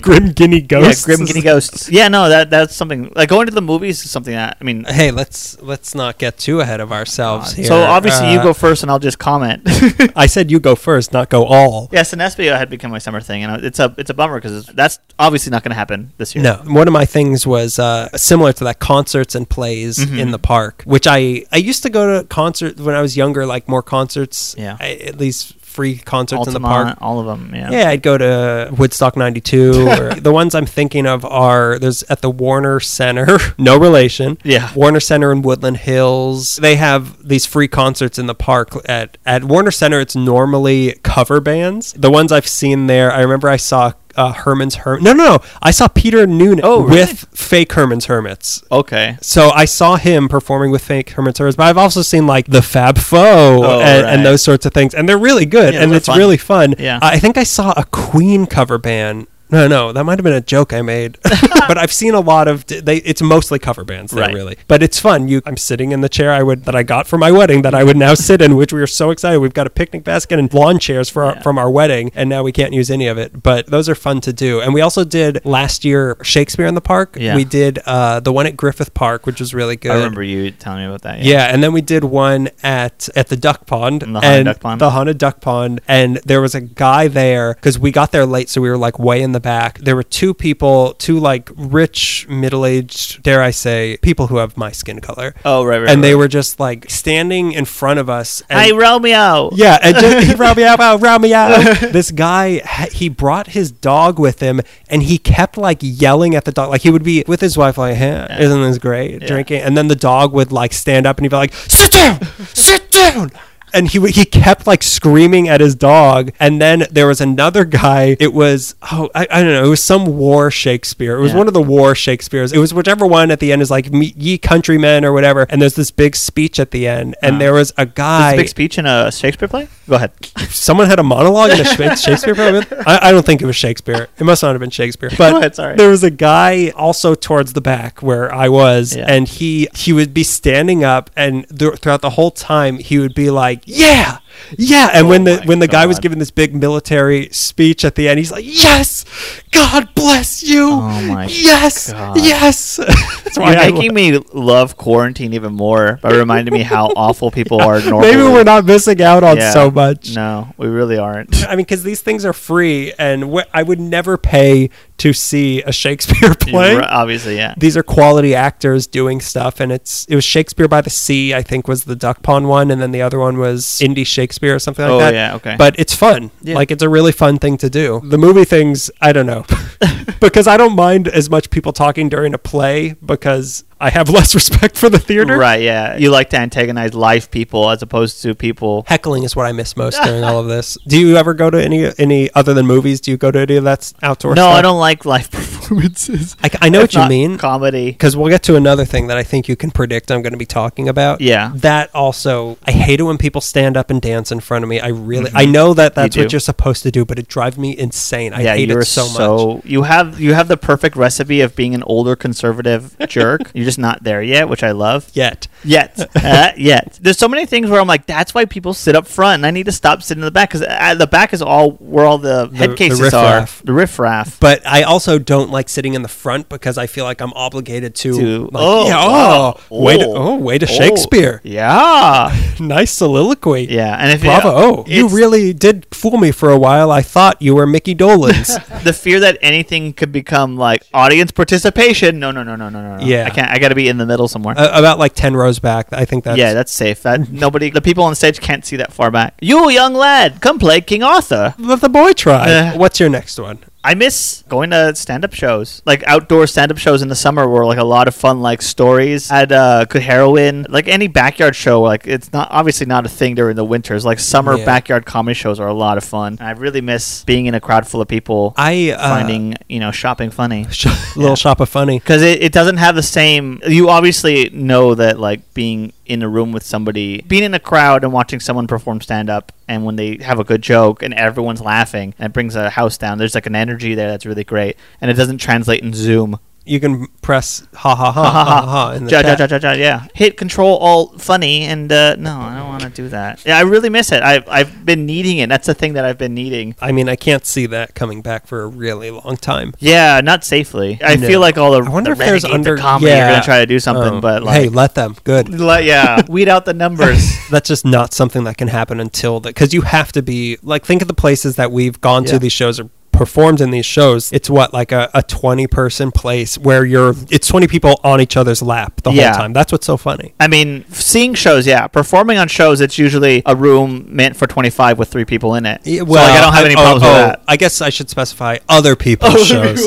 S1: grim guinea ghosts?
S2: Yeah, grim grinning ghosts. Yeah, no, that that's something like going to the movies is something that I mean.
S1: Hey, let's let's not get too ahead of ourselves here.
S2: So obviously you
S1: Uh,
S2: go first, and I'll just comment.
S1: I said you go first, not go all.
S2: Yes, and Espio had become my summer thing, and it's a it's a bummer because that's obviously not going to happen this year.
S1: No, one of my things was uh, similar to that concerts and plays
S2: Mm-hmm.
S1: in the park, which I I used to go to concerts when I was younger, like more concerts,
S2: Yeah.
S1: I, at least free concerts in the
S2: Altamont,
S1: park.
S2: all of them. Yeah.
S1: Yeah, I'd go to Woodstock 92. or the ones I'm thinking of are there's at the Warner Center, no relation.
S2: Yeah.
S1: Warner Center in Woodland Hills. They have these free concerts in the park at at Warner Center it's normally cover bands. The ones I've seen there, I remember I saw uh, Herman's Hermit. No, no, no. I saw Peter Noonan
S2: Oh, really?
S1: with fake Herman's Hermits.
S2: Okay.
S1: So I saw him performing with fake Hermits Hermits, but I've also seen like the Fab Foe
S2: Oh,
S1: and,
S2: right.
S1: and those sorts of things, and they're really good
S2: Yeah,
S1: and
S2: those are
S1: it's
S2: fun.
S1: really fun.
S2: Yeah.
S1: I think I saw a Queen cover band. No, no, that might have been a joke I made, but I've seen a lot of. They, it's mostly cover bands, there,
S2: Right.
S1: really. But it's fun. You, I'm sitting in the chair I would that I got for my wedding that I would now sit in, which we are so excited. We've got a picnic basket and lawn chairs for our,
S2: Yeah.
S1: from our wedding, and now we can't use any of it. But those are fun to do. And we also did last year Shakespeare in the Park.
S2: Yeah.
S1: We did uh, the one at Griffith Park, which was really good.
S2: I remember you telling me about that.
S1: Yeah, and then we did one at at the duck pond
S2: In the haunted duck pond?
S1: the haunted duck pond, and there was a guy there because we got there late, so we were like way in the back. There were two people, two like rich middle aged, dare I say, people who have my skin color,
S2: Oh right, right.
S1: and they
S2: right.
S1: were just like standing in front of us. And
S2: Hey Romeo.
S1: yeah, and just, he round me out, out, round me out. This guy, ha- he brought his dog with him, and he kept like yelling at the dog. Like he would be with his wife, like, huh, "Isn't this great?"
S2: Yeah.
S1: Drinking, and then the dog would like stand up, and he'd be like, "Sit down, sit down." And he would- he kept like screaming at his dog, and then there was another guy. It was oh I, I don't know. It was some war Shakespeare. It was
S2: Yeah.
S1: one of the war Shakespeares. It was whichever one at the end is like "Me- ye countrymen or whatever. And there's this big speech at the end, and
S2: Uh.
S1: there was a guy
S2: This big speech in a Shakespeare play. Go ahead.
S1: someone had a monologue in a Shak- Shakespeare play. I, I don't think it was Shakespeare. It must not have been Shakespeare.
S2: Go
S1: But
S2: ahead, sorry.
S1: there was a guy also towards the back where I was,
S2: Yeah.
S1: and he he would be standing up, and th- throughout the whole time he would be like, "Yeah." Yeah, and when the
S2: Oh my
S1: when the guy was
S2: God.
S1: giving this big military speech at the end, he's like, "Yes, God bless you.
S2: Oh my
S1: yes,
S2: God.
S1: yes." That's
S2: You're
S1: why I-
S2: making me love quarantine even more by reminding me how awful people are normally.
S1: maybe we're not missing out on
S2: Yeah.
S1: so much.
S2: No, we really aren't.
S1: I mean, because these things are free, and wh- I would never pay to see a Shakespeare play.
S2: You're right, Obviously, yeah.
S1: These are quality actors doing stuff, and it's it was Shakespeare by the Sea, I think, was the Duck Pond one, and then the other one was Indie Shakespeare or something like
S2: Oh,
S1: that.
S2: yeah, okay.
S1: But it's fun.
S2: Yeah.
S1: Like it's a really fun thing to do. The movie things, I don't know. because I don't mind as much people talking during a play because I have less respect for the theater.
S2: Right, yeah. You like to antagonize live people as opposed to people.
S1: Heckling is what I miss most during all of this. Do you ever go to any any other than movies? Do you go to any of that s- outdoor
S2: No,
S1: stuff?
S2: I don't like live performances.
S1: I, I know
S2: If
S1: what you
S2: not
S1: mean.
S2: Comedy.
S1: because we'll get to another thing that I think you can predict I'm going to be talking about.
S2: Yeah.
S1: That also, I hate it when people stand up and dance in front of me. I really, I know that that's
S2: Mm-hmm. You
S1: what
S2: do.
S1: you're supposed to do, but it drives me insane. I
S2: yeah,
S1: hate
S2: you're
S1: it so, much.
S2: You have you have the perfect recipe of being an older conservative jerk. You're just not there yet, which I love.
S1: Yet.
S2: Yet, uh, yet. There's so many things where I'm like, that's why people sit up front, and I need to stop sitting in the back because the back is all where all the,
S1: the
S2: head cases are,
S1: riffraff.
S2: the riffraff.
S1: But I also don't like sitting in the front because I feel like I'm obligated to.
S2: To-
S1: like,
S2: oh,
S1: yeah,
S2: wow.
S1: oh, way to,
S2: Oh.
S1: oh, way to
S2: Oh,
S1: Shakespeare.
S2: Yeah,
S1: Nice soliloquy.
S2: yeah. And if
S1: Bravo. Oh, you
S2: it's
S1: really did fool me for a while. I thought you were Mickey Dolenz.
S2: the fear that anything could become like audience participation. No, no, no, no, no, no. no.
S1: Yeah.
S2: I can't. I got to be in the middle somewhere.
S1: Uh, about like 10 rows back. I think that's.
S2: yeah, that's safe. That nobody, the people on stage can't see that far back. You young lad, come play King Arthur.
S1: Let the boy try.
S2: Uh.
S1: What's your next one?
S2: I miss going to stand-up shows, like outdoor stand-up shows in the summer, were like a lot of fun, like stories. Had uh, good heroin, like any backyard show. Like it's not obviously not a thing during the winters. Like summer
S1: Yeah.
S2: backyard comedy shows are a lot of fun. And I really miss being in a crowd full of people,
S1: I uh,
S2: finding you know shopping funny.
S1: sh- little shop of funny.
S2: Because it, it doesn't have the same. You obviously know that, like, being in a room with somebody, being in a crowd and watching someone perform stand up, and when they have a good joke and everyone's laughing and it brings a house down, there's like an energy there that's really great. And it doesn't translate in Zoom.
S1: You can press ha ha ha
S2: Ha ha ha.
S1: ha ha in the
S2: Ja, ja,
S1: chat.
S2: ja, ja, ja, yeah. Hit control alt funny, and uh, no, I don't want to do that. Yeah, I really miss it. I've, I've been needing it. That's the thing that I've been needing.
S1: I mean, I can't see that coming back for a really long time.
S2: Yeah, not safely. I
S1: No.
S2: feel like all the
S1: I wonder
S2: the
S1: if there's
S2: renegades of
S1: under-
S2: comedy are
S1: yeah.
S2: gonna try to do something,
S1: Um,
S2: but
S1: hey,
S2: like,
S1: let them. Good.
S2: le- yeah, weed out the numbers.
S1: That's just not something that can happen until the because you have to be like think of the places that we've gone
S2: Yeah.
S1: to these shows or performed in these shows. It's what like a, a twenty person place where you're it's twenty people on each other's lap the
S2: Yeah.
S1: whole time. That's what's so funny.
S2: I mean, seeing shows, yeah. Performing on shows, it's usually a room meant for 25 with three people in it.
S1: Yeah,
S2: so, like, I don't have any
S1: oh,
S2: problems
S1: oh,
S2: with that.
S1: I guess I should specify other people's shows.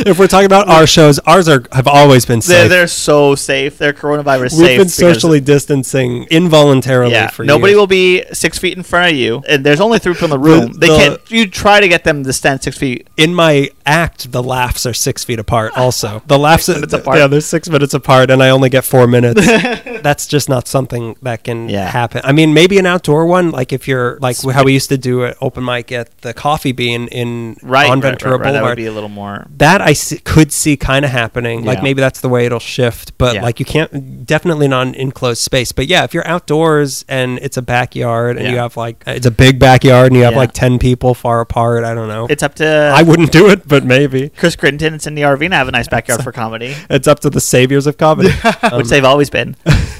S1: if we're talking about our shows, ours are have always been safe.
S2: They're, they're so safe. They're coronavirus
S1: We've
S2: safe.
S1: been
S2: because-
S1: socially distancing involuntarily
S2: Yeah,
S1: for
S2: nobody
S1: years.
S2: will be six feet in front of you, and there's only three people in the room.
S1: The-
S2: they
S1: the-
S2: can't. You try to get them to stand six feet.
S1: In my act, the laughs are six feet apart. Also, the laughs
S2: minutes apart.
S1: Yeah, they're six minutes apart, and I only get four minutes. That's just not something that can
S2: Yeah.
S1: happen. I mean, maybe an outdoor one, like if you're like how we used to do an open mic at the Coffee Bean in
S2: Right,
S1: on
S2: right, right,
S1: Ventura
S2: right, That would
S1: Boulevard.
S2: be a little more.
S1: that I see, could see kind of happening. Like
S2: Yeah.
S1: maybe that's the way it'll shift, but
S2: Yeah.
S1: like you can't definitely not in enclosed space. But yeah, if you're outdoors and it's a backyard and
S2: Yeah.
S1: you have like uh, it's a big backyard and you have
S2: Yeah.
S1: like ten people far apart, I don't know.
S2: It's up to
S1: I wouldn't do it, but maybe
S2: Chris Crittenden and Cindy Arvina have a nice backyard for comedy.
S1: it's up to the saviors of comedy. Um,
S2: which they've always been.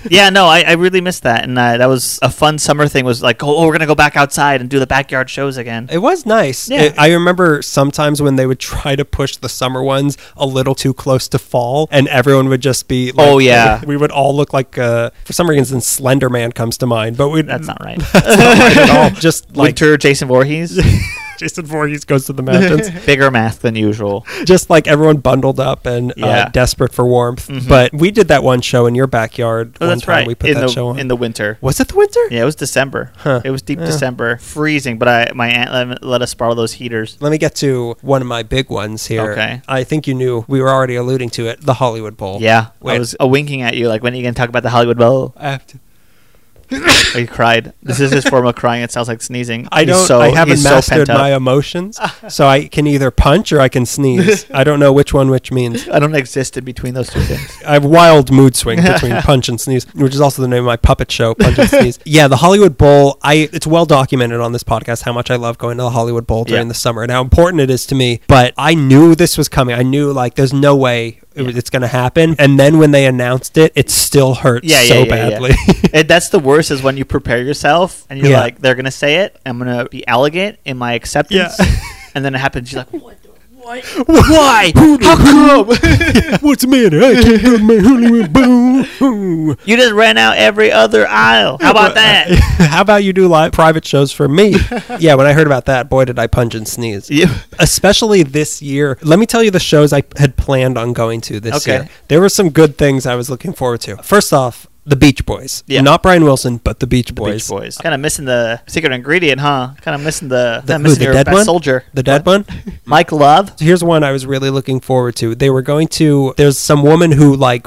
S2: yeah, no, I, I really missed that, and uh, that was a fun summer thing. Was like, oh, oh, we're gonna go back outside and do the backyard shows again.
S1: It was nice.
S2: Yeah.
S1: It- I remember sometimes when they would try to push the summer ones a little too close to fall, and everyone would just be. Like,
S2: Oh, yeah.
S1: we would all look like uh, for some reason Slender Man comes to mind, but we
S2: That's not right.
S1: at all. Just like
S2: Winter Jason Voorhees,
S1: Jason Voorhees goes to the mountains.
S2: bigger mask than usual.
S1: just like everyone bundled up and
S2: Yeah. Mm-hmm.
S1: uh, desperate for warmth. But we did that one show in your backyard.
S2: Oh,
S1: one
S2: that's
S1: time
S2: right.
S1: We put
S2: in
S1: that
S2: the
S1: show on.
S2: in the winter.
S1: was it the winter?
S2: Yeah, it was December.
S1: Huh.
S2: It was deep December, freezing. But I my aunt let, let us borrow those heaters.
S1: Let me get to one of my big ones here.
S2: Okay.
S1: I think you knew we were already alluding to it. The Hollywood Bowl.
S2: Yeah, I
S1: Wait.
S2: was uh, winking at you like, when are you gonna talk about the Hollywood Bowl?
S1: I have to.
S2: Oh, you cried. This is his form of crying. It sounds like sneezing.
S1: I
S2: He's
S1: don't.
S2: So,
S1: I haven't
S2: he's so
S1: mastered
S2: pent up.
S1: my emotions, so I can either punch or I can sneeze. I don't know which one which means.
S2: I don't exist in between those two things.
S1: I have wild mood swings between punch and sneeze, which is also the name of my puppet show, Punch and Sneeze. Yeah, the Hollywood Bowl. I it's well documented on this podcast how much I love going to the Hollywood Bowl during
S2: Yeah.
S1: the summer and how important it is to me. But I knew this was coming. I knew like there's no way it was it's going to happen. And then when they announced it, it still hurt
S2: yeah, yeah,
S1: so
S2: yeah, yeah.
S1: badly.
S2: and that's the worst is when you prepare yourself and you're
S1: Yeah.
S2: like, they're gonna say it. I'm gonna be elegant in my acceptance.
S1: Yeah.
S2: and then it happens. You're like, what? the- Why?
S1: Why? How come? What's the matter? I can't go to my Hollywood Bowl.
S2: You just ran out every other aisle. How about that?
S1: How about you do live private shows for me? yeah, when I heard about that, boy, did I punch and sneeze.
S2: You-
S1: Especially this year. Let me tell you the shows I had planned on going to this
S2: Okay.
S1: year. There were some good things I was looking forward to. First off, the Beach Boys.
S2: Yeah.
S1: Not Brian Wilson, but the Beach Boys.
S2: Beach Boys. Kind of missing the secret ingredient, huh? Kind of missing the,
S1: The,
S2: kinda
S1: who,
S2: missing
S1: the
S2: your
S1: dead
S2: best
S1: one?
S2: soldier.
S1: The dead one?
S2: Mike Love.
S1: Here's one I was really looking forward to. They were going to there's some woman who like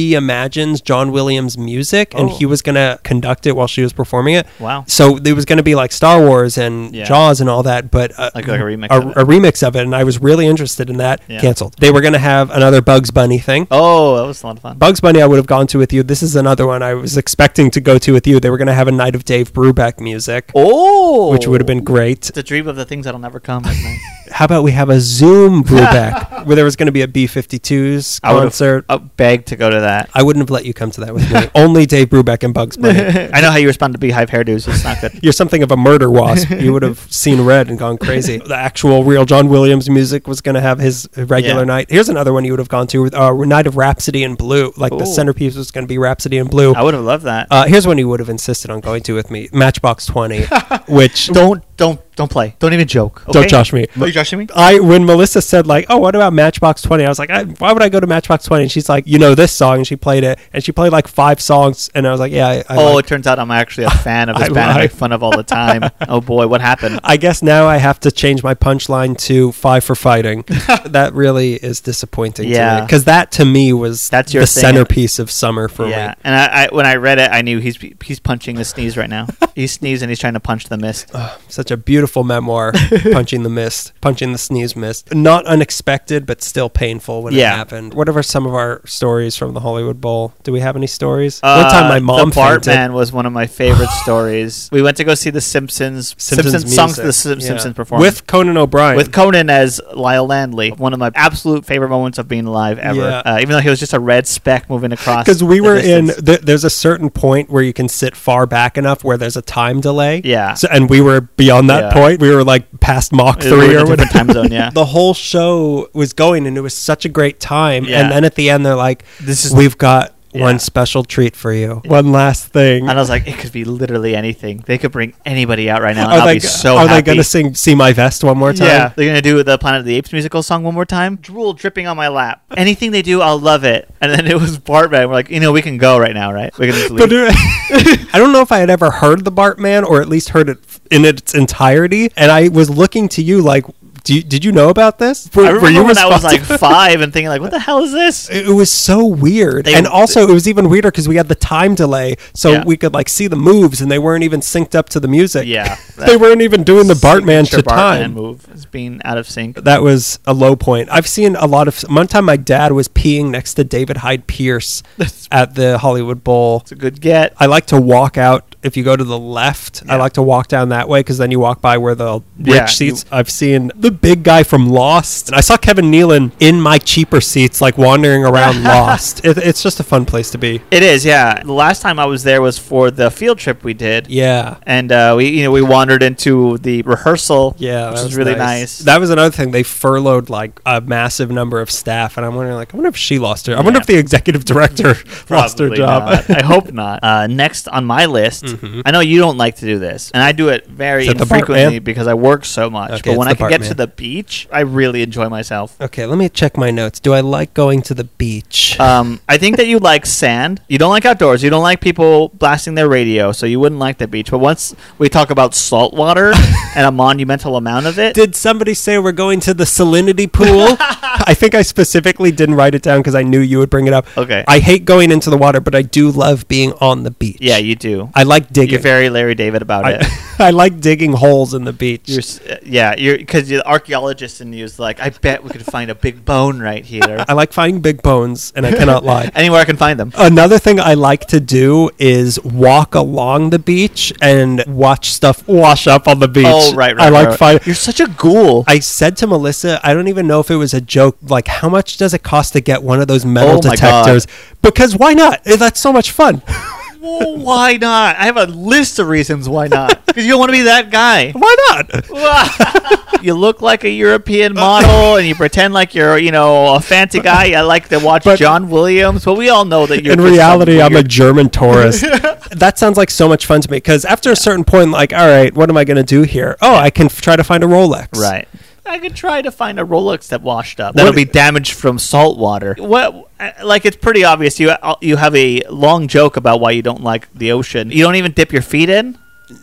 S1: reimagines John Williams' music and
S2: Oh.
S1: he was going to conduct it while she was performing it.
S2: Wow.
S1: So it was going to be like Star Wars and
S2: Yeah.
S1: Jaws and all that, but uh,
S2: Like- like a remix
S1: a,
S2: of it.
S1: a remix of it, and I was really interested in that.
S2: Yeah.
S1: Cancelled. They were going to have another Bugs Bunny thing.
S2: Oh, that was a lot of fun.
S1: Bugs Bunny, I would have gone to with you. This is another one I was expecting to go to with you. They were going to have a night of Dave Brubeck music,
S2: oh,
S1: which would have been great.
S2: It's a dream of the things that'll never come. isn't it?
S1: How about we have a Zoom Brubeck where there was going to be a B52s
S2: I would've-
S1: concert?
S2: I begged to go to that.
S1: I wouldn't have let you come to that with me. Only Dave Brubeck and Bugs Bunny.
S2: I know how you respond to beehive hairdos. It's not good.
S1: You're something of a murder wasp. You would have seen red and gone crazy. The actual real John Williams music was going to have his regular
S2: Yeah.
S1: night. Here's another one you would have gone to uh, Night of Rhapsody in Blue. Like the
S2: Ooh.
S1: centerpiece was going to be Rhapsody in Blue.
S2: I would have loved that.
S1: Uh, here's one you would have insisted on going to with me Matchbox 20, which.
S2: don't don't don't play. Don't even joke.
S1: Don't josh me.
S2: Are you joshing me?
S1: I when Melissa said like, "Oh, what about Matchbox 20?" I was like, I, "Why would I go to Matchbox 20?" And she's like, "You know this song," and she played it, and she played like five songs, and I was like, "Yeah, I, I
S2: oh,
S1: like-
S2: it turns out I'm actually a fan of this
S1: I
S2: band. I make
S1: lied.
S2: fun of all the time. oh boy, what happened?
S1: I guess now I have to change my punchline to five for fighting. that really is disappointing to
S2: Yeah.
S1: me because that to me was
S2: That's your
S1: the
S2: thing.
S1: centerpiece of summer for
S2: Yeah,
S1: me.
S2: and I, I when I read it, I knew he's he's punching the sneeze right now. he's sneezing. He's trying to punch the mist.
S1: Uh, Such a beautiful memoir, punching the mist, punching the sneeze mist. Not unexpected, but still painful when
S2: Yeah.
S1: it happened. What are some of our stories from the Hollywood Bowl? Do we have any stories? One time,
S2: Uh,
S1: my mom
S2: the Bart
S1: fainted.
S2: Man was one of my favorite stories. We went to go see the Simpsons. Simpsons, songs that the Sim- Simpsons performed
S1: with Conan O'Brien.
S2: with Conan as Lyle Landley. One of my absolute favorite moments of being alive ever.
S1: Yeah.
S2: Uh, even though he was just a red speck moving across.
S1: because we
S2: the
S1: were
S2: distance.
S1: in th- there's a certain point where you can sit far back enough where there's a time delay
S2: Yeah.
S1: so, and we were beyond that
S2: Yeah.
S1: point we were like past mach
S2: We were in
S1: three or
S2: a different
S1: whatever
S2: time zone. Yeah.
S1: the whole show was going and it was such a great time
S2: Yeah.
S1: and then at the end they're like
S2: This is-
S1: we've got
S2: Yeah.
S1: one special treat for you one last thing
S2: And I was like, it could be literally anything. They could bring anybody out right now, and
S1: are
S2: I'll
S1: they,
S2: be so
S1: are they
S2: happy.
S1: gonna sing see my vest one more time
S2: Yeah, they're gonna do the Planet of the Apes musical song one more time. Drool dripping on my lap. Anything they do, I'll love it. And then it was Bartman. We're like, you know, we can go right now, right? We can just leave.
S1: But it- I don't know if I had ever heard the Bartman or at least heard it f- in its entirety. And I was looking to you like, do you, did you know about this? Were,
S2: I remember
S1: were you
S2: when I was like
S1: responsible?
S2: five and thinking, like, what the hell is this?
S1: It it was so weird,
S2: They-
S1: and also it was even weirder because we had the time delay, so
S2: Yeah.
S1: we could like see the moves, and they weren't even synced up to the music.
S2: Yeah,
S1: they weren't even doing the Bartman to
S2: Signature
S1: time.
S2: move is being out of sync.
S1: That was a low point. I've seen a lot of. One time, my dad was peeing next to David Hyde Pierce
S2: That's
S1: at the Hollywood Bowl.
S2: it's a good get.
S1: I like to walk out. If you go to the left, I like to walk down that way because then you walk by where the rich
S2: Yeah,
S1: seats. I've seen the big guy from Lost. And I saw Kevin Nealon in my cheaper seats, like wandering around Lost. It, it's just a fun place to be.
S2: It is, yeah. The last time I was there was for the field trip we did.
S1: Yeah.
S2: And uh, we, you know, we wandered into the rehearsal,
S1: Yeah,
S2: which
S1: that
S2: was, really nice.
S1: That was another thing. They furloughed like a massive number of staff, and I'm wondering, like, I wonder if she lost her. I wonder
S2: Yeah.
S1: if the executive director lost her
S2: Probably
S1: job. Mm-hmm.
S2: not. I hope not. Uh, next on my list, I know you don't like to do this, and I do it very
S1: Is that the Bart
S2: infrequently
S1: Man?
S2: because I work so much.
S1: Okay,
S2: but when
S1: it's
S2: I
S1: the
S2: can get
S1: Bart
S2: to
S1: Man.
S2: the beach, I really enjoy myself.
S1: okay, let me check my notes. Do I like going to the beach?
S2: Um, I think that you like sand. You don't like outdoors. You don't like people blasting their radio, so you wouldn't like the beach. But once we talk about salt water and a monumental amount of it,
S1: Did somebody say we're going to the salinity pool? I think I specifically didn't write it down because I knew you would bring it up.
S2: Okay.
S1: I hate going into the water, but I do love being on the beach.
S2: yeah, you do.
S1: I like digging.
S2: You're very Larry David about it.
S1: I, I like digging holes in the beach.
S2: You're, s- uh, yeah, you're because the archaeologist in you is like, I bet we could find a big bone right here.
S1: I like finding big bones, and I cannot lie.
S2: Anywhere I can find them.
S1: Another thing I like to do is walk along the beach and watch stuff wash up on the beach.
S2: Oh, right, right.
S1: I like
S2: right.
S1: finding.
S2: You're such a ghoul.
S1: I said to Melissa, I don't even know if it was a joke. Like, how much does it cost to get one of those metal
S2: Oh my God.
S1: detectors? Because why not? Eh, That's so much fun.
S2: Well, why not? I have a list of reasons why not. Because you don't want to be that guy.
S1: Why not?
S2: you look like a European model, and you pretend like you're, you know, a fancy guy. I like to watch
S1: But-
S2: John Williams, but we all know that you're.
S1: in
S2: just
S1: reality,
S2: some
S1: I'm a
S2: weird-
S1: German tourist. that sounds like so much fun to me because after a certain point, like, all right, what am I going to do here? Oh, I can f- try to find a Rolex.
S2: right. I could try to find a Rolex that washed up. That'll be damaged from salt water. What? uh, Like it's pretty obvious. You uh, you have a long joke about why you don't like the ocean. You don't even dip your feet in.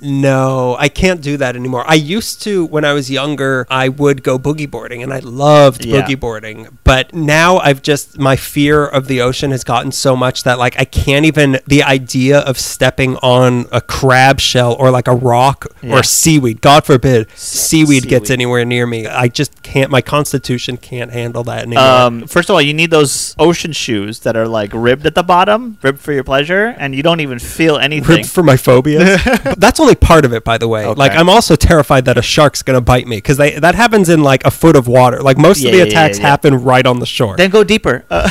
S1: No, I can't do that anymore. I used to when I was younger, I would go boogie boarding and I loved
S2: Yeah.
S1: boogie boarding. But now I've just my fear of the ocean has gotten so much that like I can't even the idea of stepping on a crab shell or like a rock
S2: Yeah.
S1: or seaweed, God forbid, seaweed, gets
S2: seaweed.
S1: anywhere near me. I just can't my constitution can't handle that anymore.
S2: Um, first of all, you need those ocean shoes that are like ribbed at the bottom, ribbed for your pleasure, and you don't even feel anything.
S1: Ripped for my phobias. But That's only part of it, by the way.
S2: Okay.
S1: Like, I'm also terrified that a shark's gonna bite me because that happens in like a foot of water. Like most
S2: Yeah,
S1: of the
S2: yeah, yeah,
S1: attacks
S2: yeah.
S1: happen right on the shore.
S2: then um, go deeper. Uh,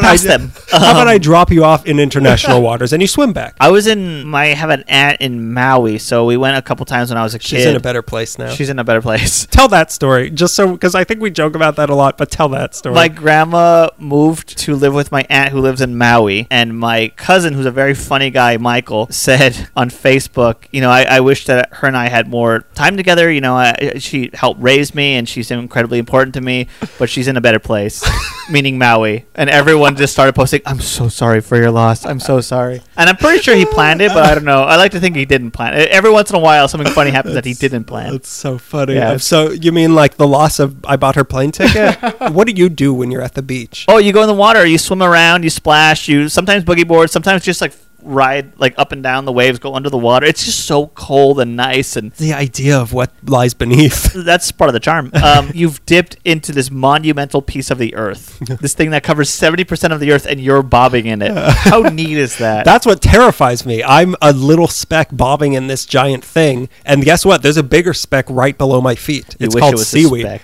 S2: pass them.
S1: How about I drop you off in international waters and you swim back?
S2: I was in. I have an aunt in Maui, so we went a couple times when I was a
S1: She's
S2: kid.
S1: in a better place now.
S2: She's in a better place.
S1: tell that story just so because I think we joke about that a lot. But tell that story.
S2: My grandma moved to live with my aunt who lives in Maui, and my cousin, who's a very funny guy, Michael, said on Facebook, you know, I, I wish that her and I had more time together. You know, I, she helped raise me, and she's incredibly important to me, but she's in a better place, meaning Maui. And everyone just started posting, I'm so sorry for your loss. I'm so sorry. And I'm pretty sure he planned it, but I don't know. I like to think he didn't plan it. Every once in a while, something funny happens that he didn't plan.
S1: That's so funny.
S2: Yeah,
S1: I'm
S2: it's-
S1: so you mean like the loss of I bought her plane ticket? what do you do when you're at the beach?
S2: Oh, you go in the water, you swim around, you splash, you sometimes boogie board, sometimes just like ride like up and down the waves, go under the water. It's just so cold and nice and
S1: The idea of what lies beneath.
S2: that's part of the charm. Um, you've dipped into this monumental piece of the earth, this thing that covers seventy percent of the earth, and you're bobbing in it. How neat is that?
S1: That's what terrifies me. I'm a little speck bobbing in this giant thing, and guess what? There's a bigger speck right below my feet.
S2: You
S1: it's
S2: wish
S1: called
S2: it was a
S1: seaweed.
S2: speck.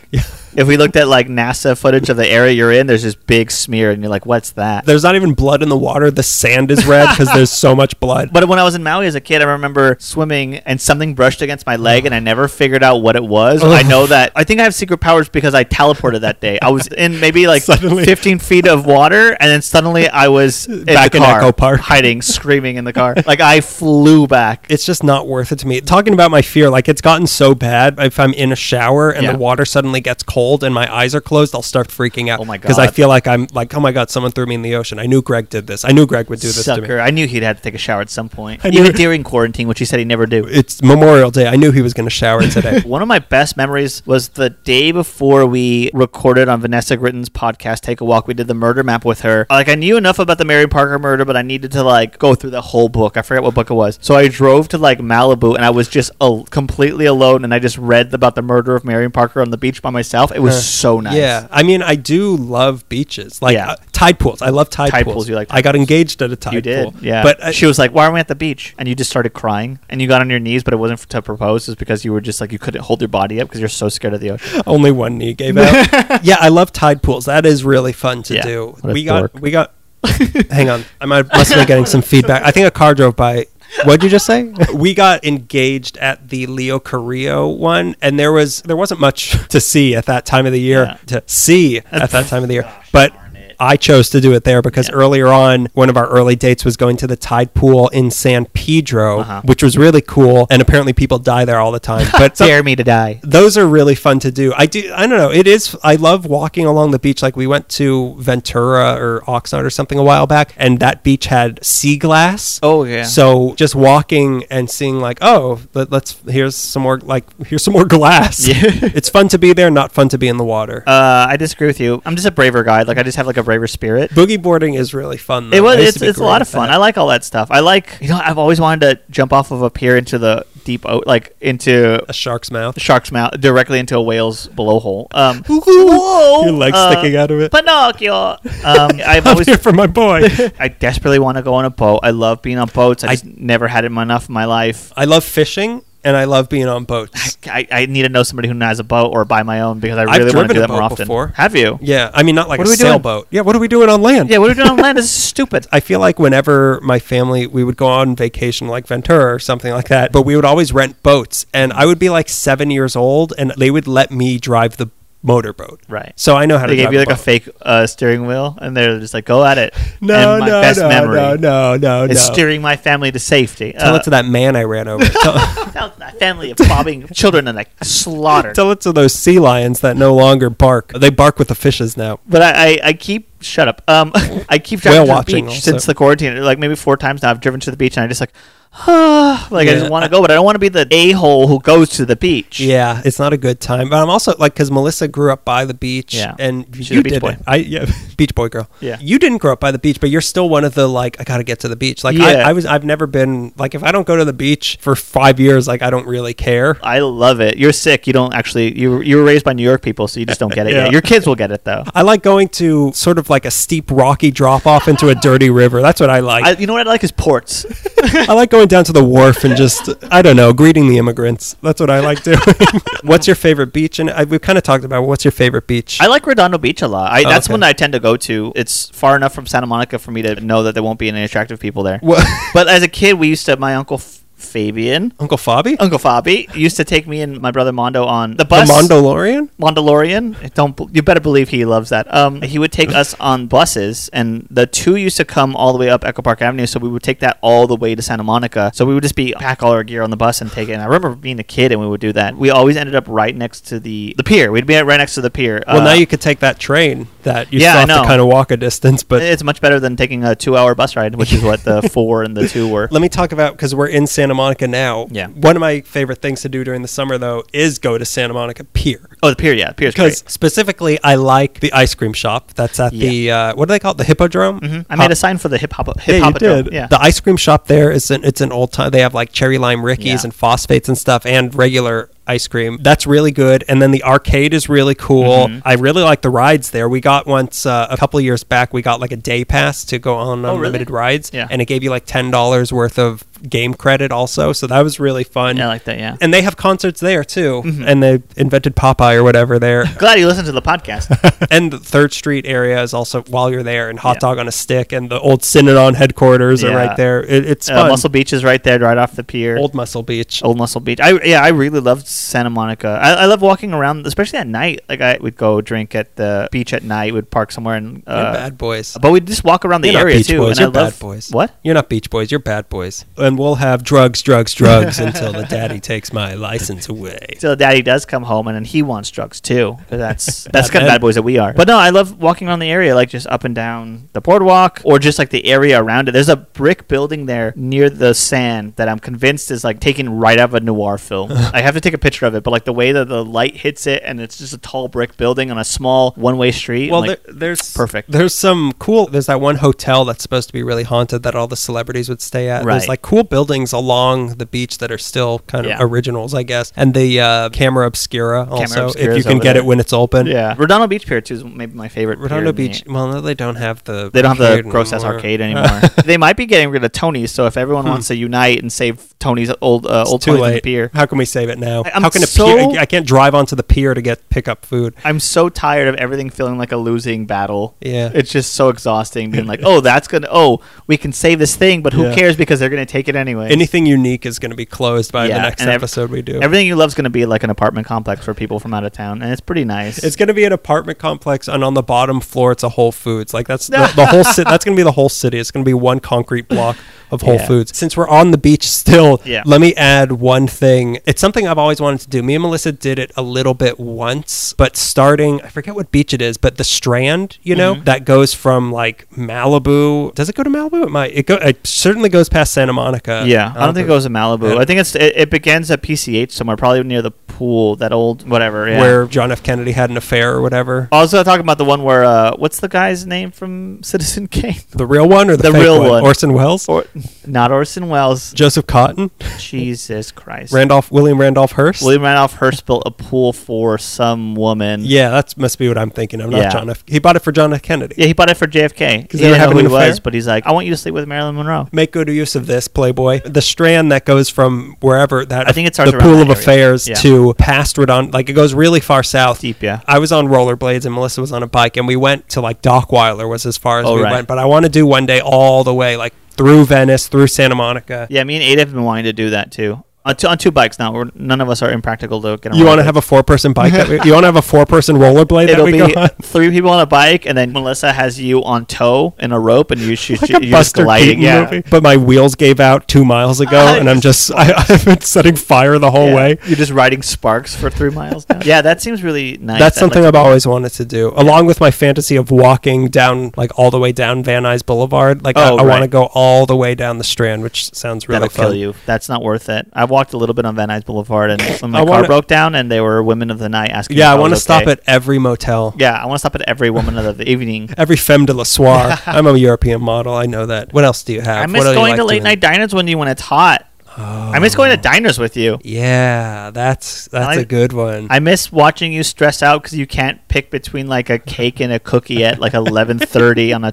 S2: if we looked at like NASA footage of the area you're in, there's this big smear, and you're like, "What's that?"
S1: There's not even blood in the water. The sand is red because there's so much blood.
S2: But when I was in Maui as a kid, I remember swimming and something brushed against my leg, and I never figured out what it was. I know that I think I have secret powers because I teleported that day. I was in maybe like
S1: Suddenly.
S2: 15 feet of water, and then suddenly I was in
S1: Back
S2: the
S1: in
S2: car,
S1: Echo Park.
S2: hiding, screaming in the car. Like I flew back.
S1: It's just not worth it to me. Talking about my fear, like it's gotten so bad. If I'm in a shower and
S2: Yeah.
S1: the water suddenly gets cold and my eyes are closed, I'll start freaking out.
S2: Oh my
S1: Because I
S2: God.
S1: feel like I'm like, oh my god, someone threw me in the ocean. I knew Greg did this. I knew Greg would do this to me.
S2: Sucker! I knew he'd have to take a shower at some point,
S1: I knew
S2: even
S1: it.
S2: during quarantine, which he said he never do.
S1: It's Memorial Day. I knew he was going to shower today.
S2: One of my best memories was the day before we recorded on Vanessa Gritton's podcast, Take a Walk. We did the murder map with her. Like, I knew enough about the Mary Parker murder, but I needed to, like, go through the whole book. I forget what book it was. So I drove to, like, Malibu and I was just al- completely alone and I just read about the murder of Marion Parker on the beach by myself. It was
S1: Huh.
S2: so nice.
S1: Yeah, I mean, I do love beaches, like
S2: Yeah.
S1: uh, tide pools. I love tide,
S2: Tide
S1: pools.
S2: pools, you like
S1: I got engaged at a tide
S2: You did,
S1: pool.
S2: yeah.
S1: but uh,
S2: she was like, "Why aren't we at the beach?" And you just started crying, and you got on your knees, but it wasn't f- to propose. It's because you were just like you couldn't hold your body up because you're so scared of the ocean.
S1: only one knee gave out. yeah, I love tide pools. That is really fun to
S2: Yeah.
S1: do.
S2: What a
S1: We got,
S2: dork.
S1: we got. hang on, I might must have been getting some feedback. I think a car drove by. What'd you just say? we got engaged at the Leo Carrillo one, and there was there wasn't much to see at that time of the year.
S2: Yeah.
S1: To see at that time of the year,
S2: Gosh,
S1: but
S2: darn it.
S1: I chose to do it there because
S2: Yeah.
S1: earlier on, one of our early dates was going to the tide pool in San Pedro,
S2: Uh-huh.
S1: which was really cool. And apparently, people die there all the time. But so-
S2: Dare me to die.
S1: those are really fun to do. I do. I don't know. It is. I love walking along the beach. Like we went to Ventura or Oxnard or something a while back, and that beach had sea glass.
S2: Oh, yeah.
S1: So just walking and seeing like, oh, let, let's here's some more like here's some more glass.
S2: Yeah.
S1: it's fun to be there, not fun to be in the water.
S2: Uh, I disagree with you. I'm just a braver guy. Like I just have like a braver spirit.
S1: Boogie boarding is really fun. Though.
S2: It was
S1: I used
S2: it's,
S1: to be
S2: it's a
S1: great
S2: lot
S1: at
S2: of fun.
S1: that.
S2: I like all that stuff. I like you know I've always wanted to jump off of a pier into the deep o- like into
S1: a shark's mouth.
S2: a shark's mouth directly into a whale's blowhole. Um,
S1: Whoa! Your legs
S2: uh,
S1: sticking out of it.
S2: Pinocchio. Um, I've
S1: I'm
S2: always
S1: here for my boy.
S2: I desperately want to go on a boat. I love being on boats.
S1: I-
S2: I, just never had it enough in my life.
S1: I love fishing. and I love being on boats.
S2: I, I need to know somebody who has a boat or buy my own because I
S1: I've
S2: really
S1: driven
S2: want to do
S1: a
S2: that more
S1: boat
S2: often.
S1: before.
S2: Have you?
S1: Yeah, I mean not like
S2: What
S1: a
S2: are we doing?
S1: sailboat. Yeah, what are we doing on land?
S2: Yeah, what are we doing on land? This is stupid.
S1: I feel like whenever my family we would go on vacation like Ventura or something like that, but we would always rent boats and I would be like 7 years old and they would let me drive the motorboat.
S2: Right.
S1: So I know how
S2: They
S1: to
S2: gave
S1: drive
S2: you like a
S1: boat.
S2: fake uh, steering wheel, and they're just like, "Go at it."
S1: No,
S2: and my
S1: no,
S2: best
S1: no,
S2: memory
S1: no, no, no, no.
S2: is steering my family to safety.
S1: Tell
S2: Uh,
S1: it to that man I ran over. tell,
S2: tell that family of bobbing children and like slaughtered.
S1: tell it to those sea lions that no longer bark. They bark with the fishes now.
S2: But I, I, I keep shut up. Um, I keep driving
S1: Whale
S2: to the
S1: watching
S2: beach
S1: also.
S2: since the quarantine. Like maybe four times now, I've driven to the beach and I just like, ah, like I
S1: Yeah.
S2: just want to go, but I don't want to be the a hole who goes to the beach.
S1: Yeah, it's not a good time. But I'm also like because Melissa grew up by the beach,
S2: Yeah.
S1: and
S2: She's
S1: you
S2: a beach
S1: did
S2: boy.
S1: it. I yeah, beach boy girl.
S2: Yeah.
S1: you didn't grow up by the beach, but you're still one of the like I gotta get to the beach. Like
S2: Yeah.
S1: I, I was, I've never been like if I don't go to the beach for five years, like I don't really care.
S2: I love it. You're sick. You don't actually. You you were raised by New York people, so you just don't get it.
S1: Yeah.
S2: yet. Your kids will get it though.
S1: I like going to sort of like a steep rocky drop off into a dirty river. That's what I like.
S2: I, you know what I like is ports.
S1: I like going down to the wharf and just I don't know greeting the immigrants. That's what I like doing. what's your favorite beach? And I, we've kind of talked about what's your favorite beach.
S2: I like Redondo Beach a lot. I, that's
S1: Oh, okay.
S2: one that I tend to go to. It's far enough from Santa Monica for me to know that there won't be any attractive people there.
S1: Wha-
S2: But as a kid, we used to. My uncle F- Fabian,
S1: Uncle Fabi,
S2: Uncle Fabi, used to take me and my brother Mondo on the
S1: the
S2: bus.
S1: Mondolorian.
S2: Mondalorian. I Don't bel- you better believe he loves that. Um, he would take us on buses, and the two used to come all the way up Echo Park Avenue, so we would take that all the way to Santa Monica. So we would just be pack all our gear on the bus and take it. And I remember being a kid, and we would do that. We always ended up right next to the the pier. We'd be right next to the pier.
S1: Well, now
S2: Uh,
S1: you could take that train that you
S2: Yeah, I
S1: still have
S2: know. Eh.
S1: to kind of walk a distance. But
S2: It's much better than taking a two-hour bus ride, which is what the four and the two were.
S1: let me talk about because we're in Santa Monica now.
S2: Yeah.
S1: One of my favorite things to do during the summer, though, is go to Santa Monica Pier.
S2: Oh, the pier, yeah, the pier's
S1: Because
S2: great.
S1: specifically, I like the ice cream shop that's at the, uh, what do they call it? The Hippodrome?
S2: Mm-hmm. I made a sign for the hip hop.
S1: Yeah,
S2: Hip
S1: you
S2: hop
S1: did.
S2: Yeah.
S1: The ice cream shop there is an it's an old time. They have like cherry lime rickies
S2: Yeah.
S1: and phosphates and stuff and regular ice cream. That's really good. And then the arcade is really cool.
S2: Mm-hmm.
S1: I really like the rides there. We got once uh, a couple of years back. We got like a day pass to go on
S2: Oh, really?
S1: unlimited rides.
S2: Yeah.
S1: and it gave you like ten dollars worth of game credit also. So that was really fun.
S2: Yeah, I like that. Yeah. Mm-hmm.
S1: And they have concerts there too. And they invented Popeye or whatever there.
S2: Glad you listened to the podcast.
S1: and the Third Street area is also while you're there, and Hot
S2: Yeah.
S1: Dog on a Stick and the old Synodon headquarters are
S2: Yeah.
S1: right there. It, it's
S2: uh,
S1: fun.
S2: Muscle Beach Oh, is right there, right off the pier.
S1: Old Muscle Beach.
S2: Old Muscle Beach. I yeah, I really loved Santa Monica. I, I love walking around, especially at night. Like I would go drink at the beach at night. Would park somewhere and
S1: You're
S2: uh,
S1: bad boys.
S2: but we'd just walk around the
S1: You're not
S2: area
S1: beach
S2: too.
S1: boys.
S2: and
S1: You're
S2: I love
S1: bad boys.
S2: what
S1: You're not beach boys. You're bad boys. And we'll have drugs, drugs, drugs until the daddy takes my license away.
S2: till daddy does come home and then he wants drugs too. 'Cause That's that's
S1: Bad
S2: kind of
S1: man.
S2: bad boys that we are. But no, I love walking around the area, like just up and down the boardwalk or just like the area around it. There's a brick building there near the sand that I'm convinced is like taken right out of a noir film. I have to take a picture of it, but like the way that the light hits it and it's just a tall brick building on a small one way street.
S1: Well,
S2: I'm like,
S1: there, there's
S2: perfect.
S1: There's some cool. There's that one hotel that's supposed to be really haunted that all the celebrities would stay at. There's
S2: Right.
S1: like cool buildings along the beach that are still kind of
S2: Yeah.
S1: originals, I guess. And the uh, Camera Obscura also, if
S2: Obscura's
S1: you can
S2: over
S1: get
S2: there.
S1: it when it's open.
S2: yeah, Redondo Beach Pier too is maybe my favorite. pier
S1: Redondo
S2: in the-
S1: Beach. Well, no, they don't have the.
S2: They don't have the
S1: arcade
S2: gross ass
S1: anymore.
S2: arcade anymore. they might be getting rid of Tony's, so if everyone wants to unite and save Tony's old uh,
S1: Hmm.
S2: old
S1: It's too
S2: Tony's on the
S1: late.
S2: pier,
S1: How can we save it now?
S2: I- I'm
S1: How can a
S2: so-
S1: pier? I can't drive onto the pier to get pick up food.
S2: I'm so tired of everything feeling like a losing battle.
S1: Yeah.
S2: It's just so exhausting being like, oh, that's going to, oh, we can save this thing, but who
S1: Yeah.
S2: cares because they're going to take it anyway.
S1: Anything unique is going to be closed by the
S2: Yeah,
S1: next
S2: and ev-
S1: episode we do.
S2: everything you love is going to be like an apartment complex for people from out of town, and it's pretty nice.
S1: it's going to be an apartment complex, and on the bottom floor, it's a Whole Foods. Like that's the, the whole. Ci- that's going to be the whole city. It's going to be one concrete block of Whole
S2: Yeah.
S1: Foods. Since we're on the beach still,
S2: Yeah.
S1: let me add one thing. It's something I've always wanted to do. Me and Melissa did it a little bit once, but starting, I forget what beach it is, but the Strand, you
S2: Mm-hmm.
S1: know, that goes from like Malibu. Does it go to Malibu? It might. It go. It certainly goes past Santa Monica.
S2: yeah, I don't think it goes to Malibu.
S1: Yeah.
S2: I think it's it, it begins at PCH somewhere, probably near the pool, that old whatever. Yeah.
S1: where John F. Kennedy had an affair or whatever.
S2: also talking about the one where uh, what's the guy's name from Citizen Kane?
S1: The real one or the,
S2: The
S1: fake
S2: real one.
S1: Orson Welles.
S2: Or Not Orson Welles.
S1: Joseph Cotton,
S2: Jesus Christ.
S1: Randolph William Randolph Hearst.
S2: William Randolph Hearst built a pool for some woman.
S1: Yeah, that must be what I'm thinking. I'm not
S2: Yeah.
S1: John F. He bought it for John F. Kennedy.
S2: Yeah, he bought it for JFK.
S1: 'Cause
S2: Because
S1: they
S2: he
S1: were
S2: didn't know who
S1: having
S2: he
S1: an affair?
S2: was, but he's like, I want you to sleep with Marilyn Monroe.
S1: Make good use of this, Playboy. The strand that goes from wherever that
S2: I think it starts
S1: the
S2: around
S1: pool
S2: that
S1: of
S2: area.
S1: affairs
S2: Yeah.
S1: to past Redon, like it goes really far south.
S2: Deep, yeah.
S1: I was on rollerblades and Melissa was on a bike, and we went to like Dockweiler was as far as
S2: Oh,
S1: we
S2: right.
S1: went. But I want to do one day all the way, like through Venice, through Santa Monica.
S2: Yeah, me and Ada have been wanting to do that too. On two, on two bikes now. We're, none of us are impractical to get around.
S1: You want to have a four-person bike? That we, you want to have a four-person rollerblade
S2: It'll
S1: that we
S2: be
S1: go on?
S2: three people on a bike, and then Melissa has you on tow in a rope, and you shoot.
S1: like
S2: you
S1: a
S2: you're just
S1: Buster
S2: gliding.
S1: Keaton
S2: yeah.
S1: movie. But my wheels gave out two miles ago,
S2: Ah,
S1: and I'm just I, I've been setting fire the whole
S2: Yeah.
S1: way.
S2: You're just riding sparks for three miles now. yeah, that seems really nice.
S1: That's
S2: I'd
S1: something
S2: like
S1: I've always wanted to do, along with my fantasy of walking down, like all the way down Van Nuys Boulevard. Like I,
S2: Oh,
S1: I want to
S2: right.
S1: go all the way down the Strand, which sounds really
S2: That'll
S1: fun.
S2: kill you. That's not worth it. I walked a little bit on Van Nuys Boulevard, and when my
S1: I
S2: car
S1: wanna-
S2: broke down, and they were women of the night asking.
S1: Yeah, I
S2: if
S1: want to
S2: was
S1: stop
S2: Oh, okay.
S1: at every motel,
S2: Yeah, I want to stop at every woman of the evening.
S1: every femme de la soir. I'm a European model. I know that. What else do you have?
S2: I miss
S1: What do you
S2: going
S1: like
S2: to late
S1: doing? Oh.
S2: night diners when you when it's hot. I miss going to diners with you.
S1: Yeah, that's that's
S2: like-
S1: a good one.
S2: I miss watching you stress out because you can't pick between like a cake and a cookie at like eleven thirty on a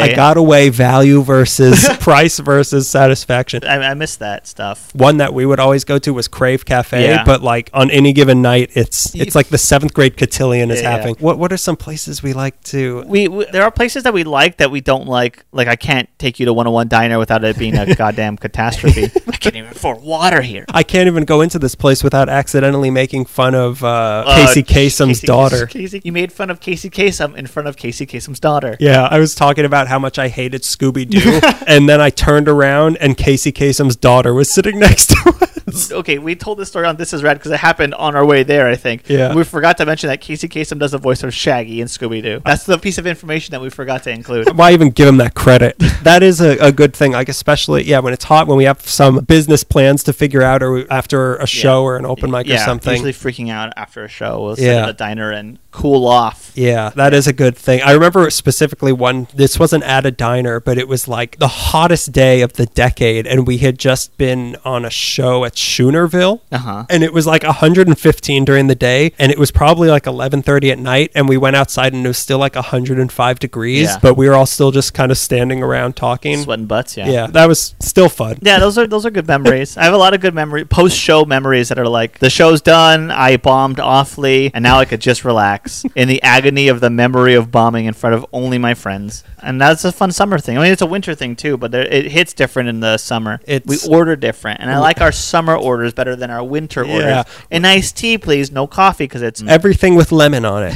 S1: I got away value versus price versus satisfaction.
S2: I, I miss that stuff.
S1: one that we would always go to was Crave Cafe,
S2: Yeah.
S1: but like on any given night, it's it's like the seventh grade cotillion is
S2: Yeah, yeah.
S1: happening. What what are some places we like to?
S2: We, we there are places that we like that we don't like. Like I can't take you to one on one diner without it being a goddamn catastrophe. I can't even afford water here.
S1: I can't even go into this place without accidentally making fun of uh,
S2: Uh,
S1: Casey Kasem's
S2: Casey-
S1: daughter.
S2: Casey, you made fun of Casey Kasem in front of Casey Kasem's daughter.
S1: Yeah, I was talking about how much I hated Scooby Doo, and then I turned around and Casey Kasem's daughter was sitting next to us.
S2: Okay, we told this story on This Is Rad because it happened on our way there, I think.
S1: Yeah.
S2: We forgot to mention that Casey Kasem does the voice of Shaggy in Scooby Doo. That's the piece of information that we forgot to include.
S1: Why even give him that credit? That is a, a good thing. Like especially yeah, when it's hot, when we have some business plans to figure out, or we- after a show or an open mic or something.
S2: Usually freaking out after a show. We'll sit
S1: Yeah.
S2: at a diner and cool off.
S1: Yeah, that is a good thing. I remember specifically one, this wasn't at a diner, but it was like the hottest day of the decade. And we had just been on a show at Schoonerville.
S2: Uh-huh.
S1: And it was like 115 during the day. And it was probably like 1130 at night. And we went outside and it was still like 105 degrees.
S2: Yeah.
S1: But we were all still just kind of standing around talking.
S2: Sweating butts, yeah.
S1: Yeah, that was still fun.
S2: Yeah, those are those are good memories. I have a lot of good memory post show memories that are like the show's done, I bombed awfully, and now I could just relax in the agony of the memory of bombing in front of only my friends. And that's a fun summer thing. I mean, it's a winter thing too, but there, it hits different in the summer.
S1: It's-
S2: we order different, and I like our summer orders better than our winter orders.
S1: Yeah.
S2: An iced tea, please, no coffee, because it's
S1: Everything with lemon on it.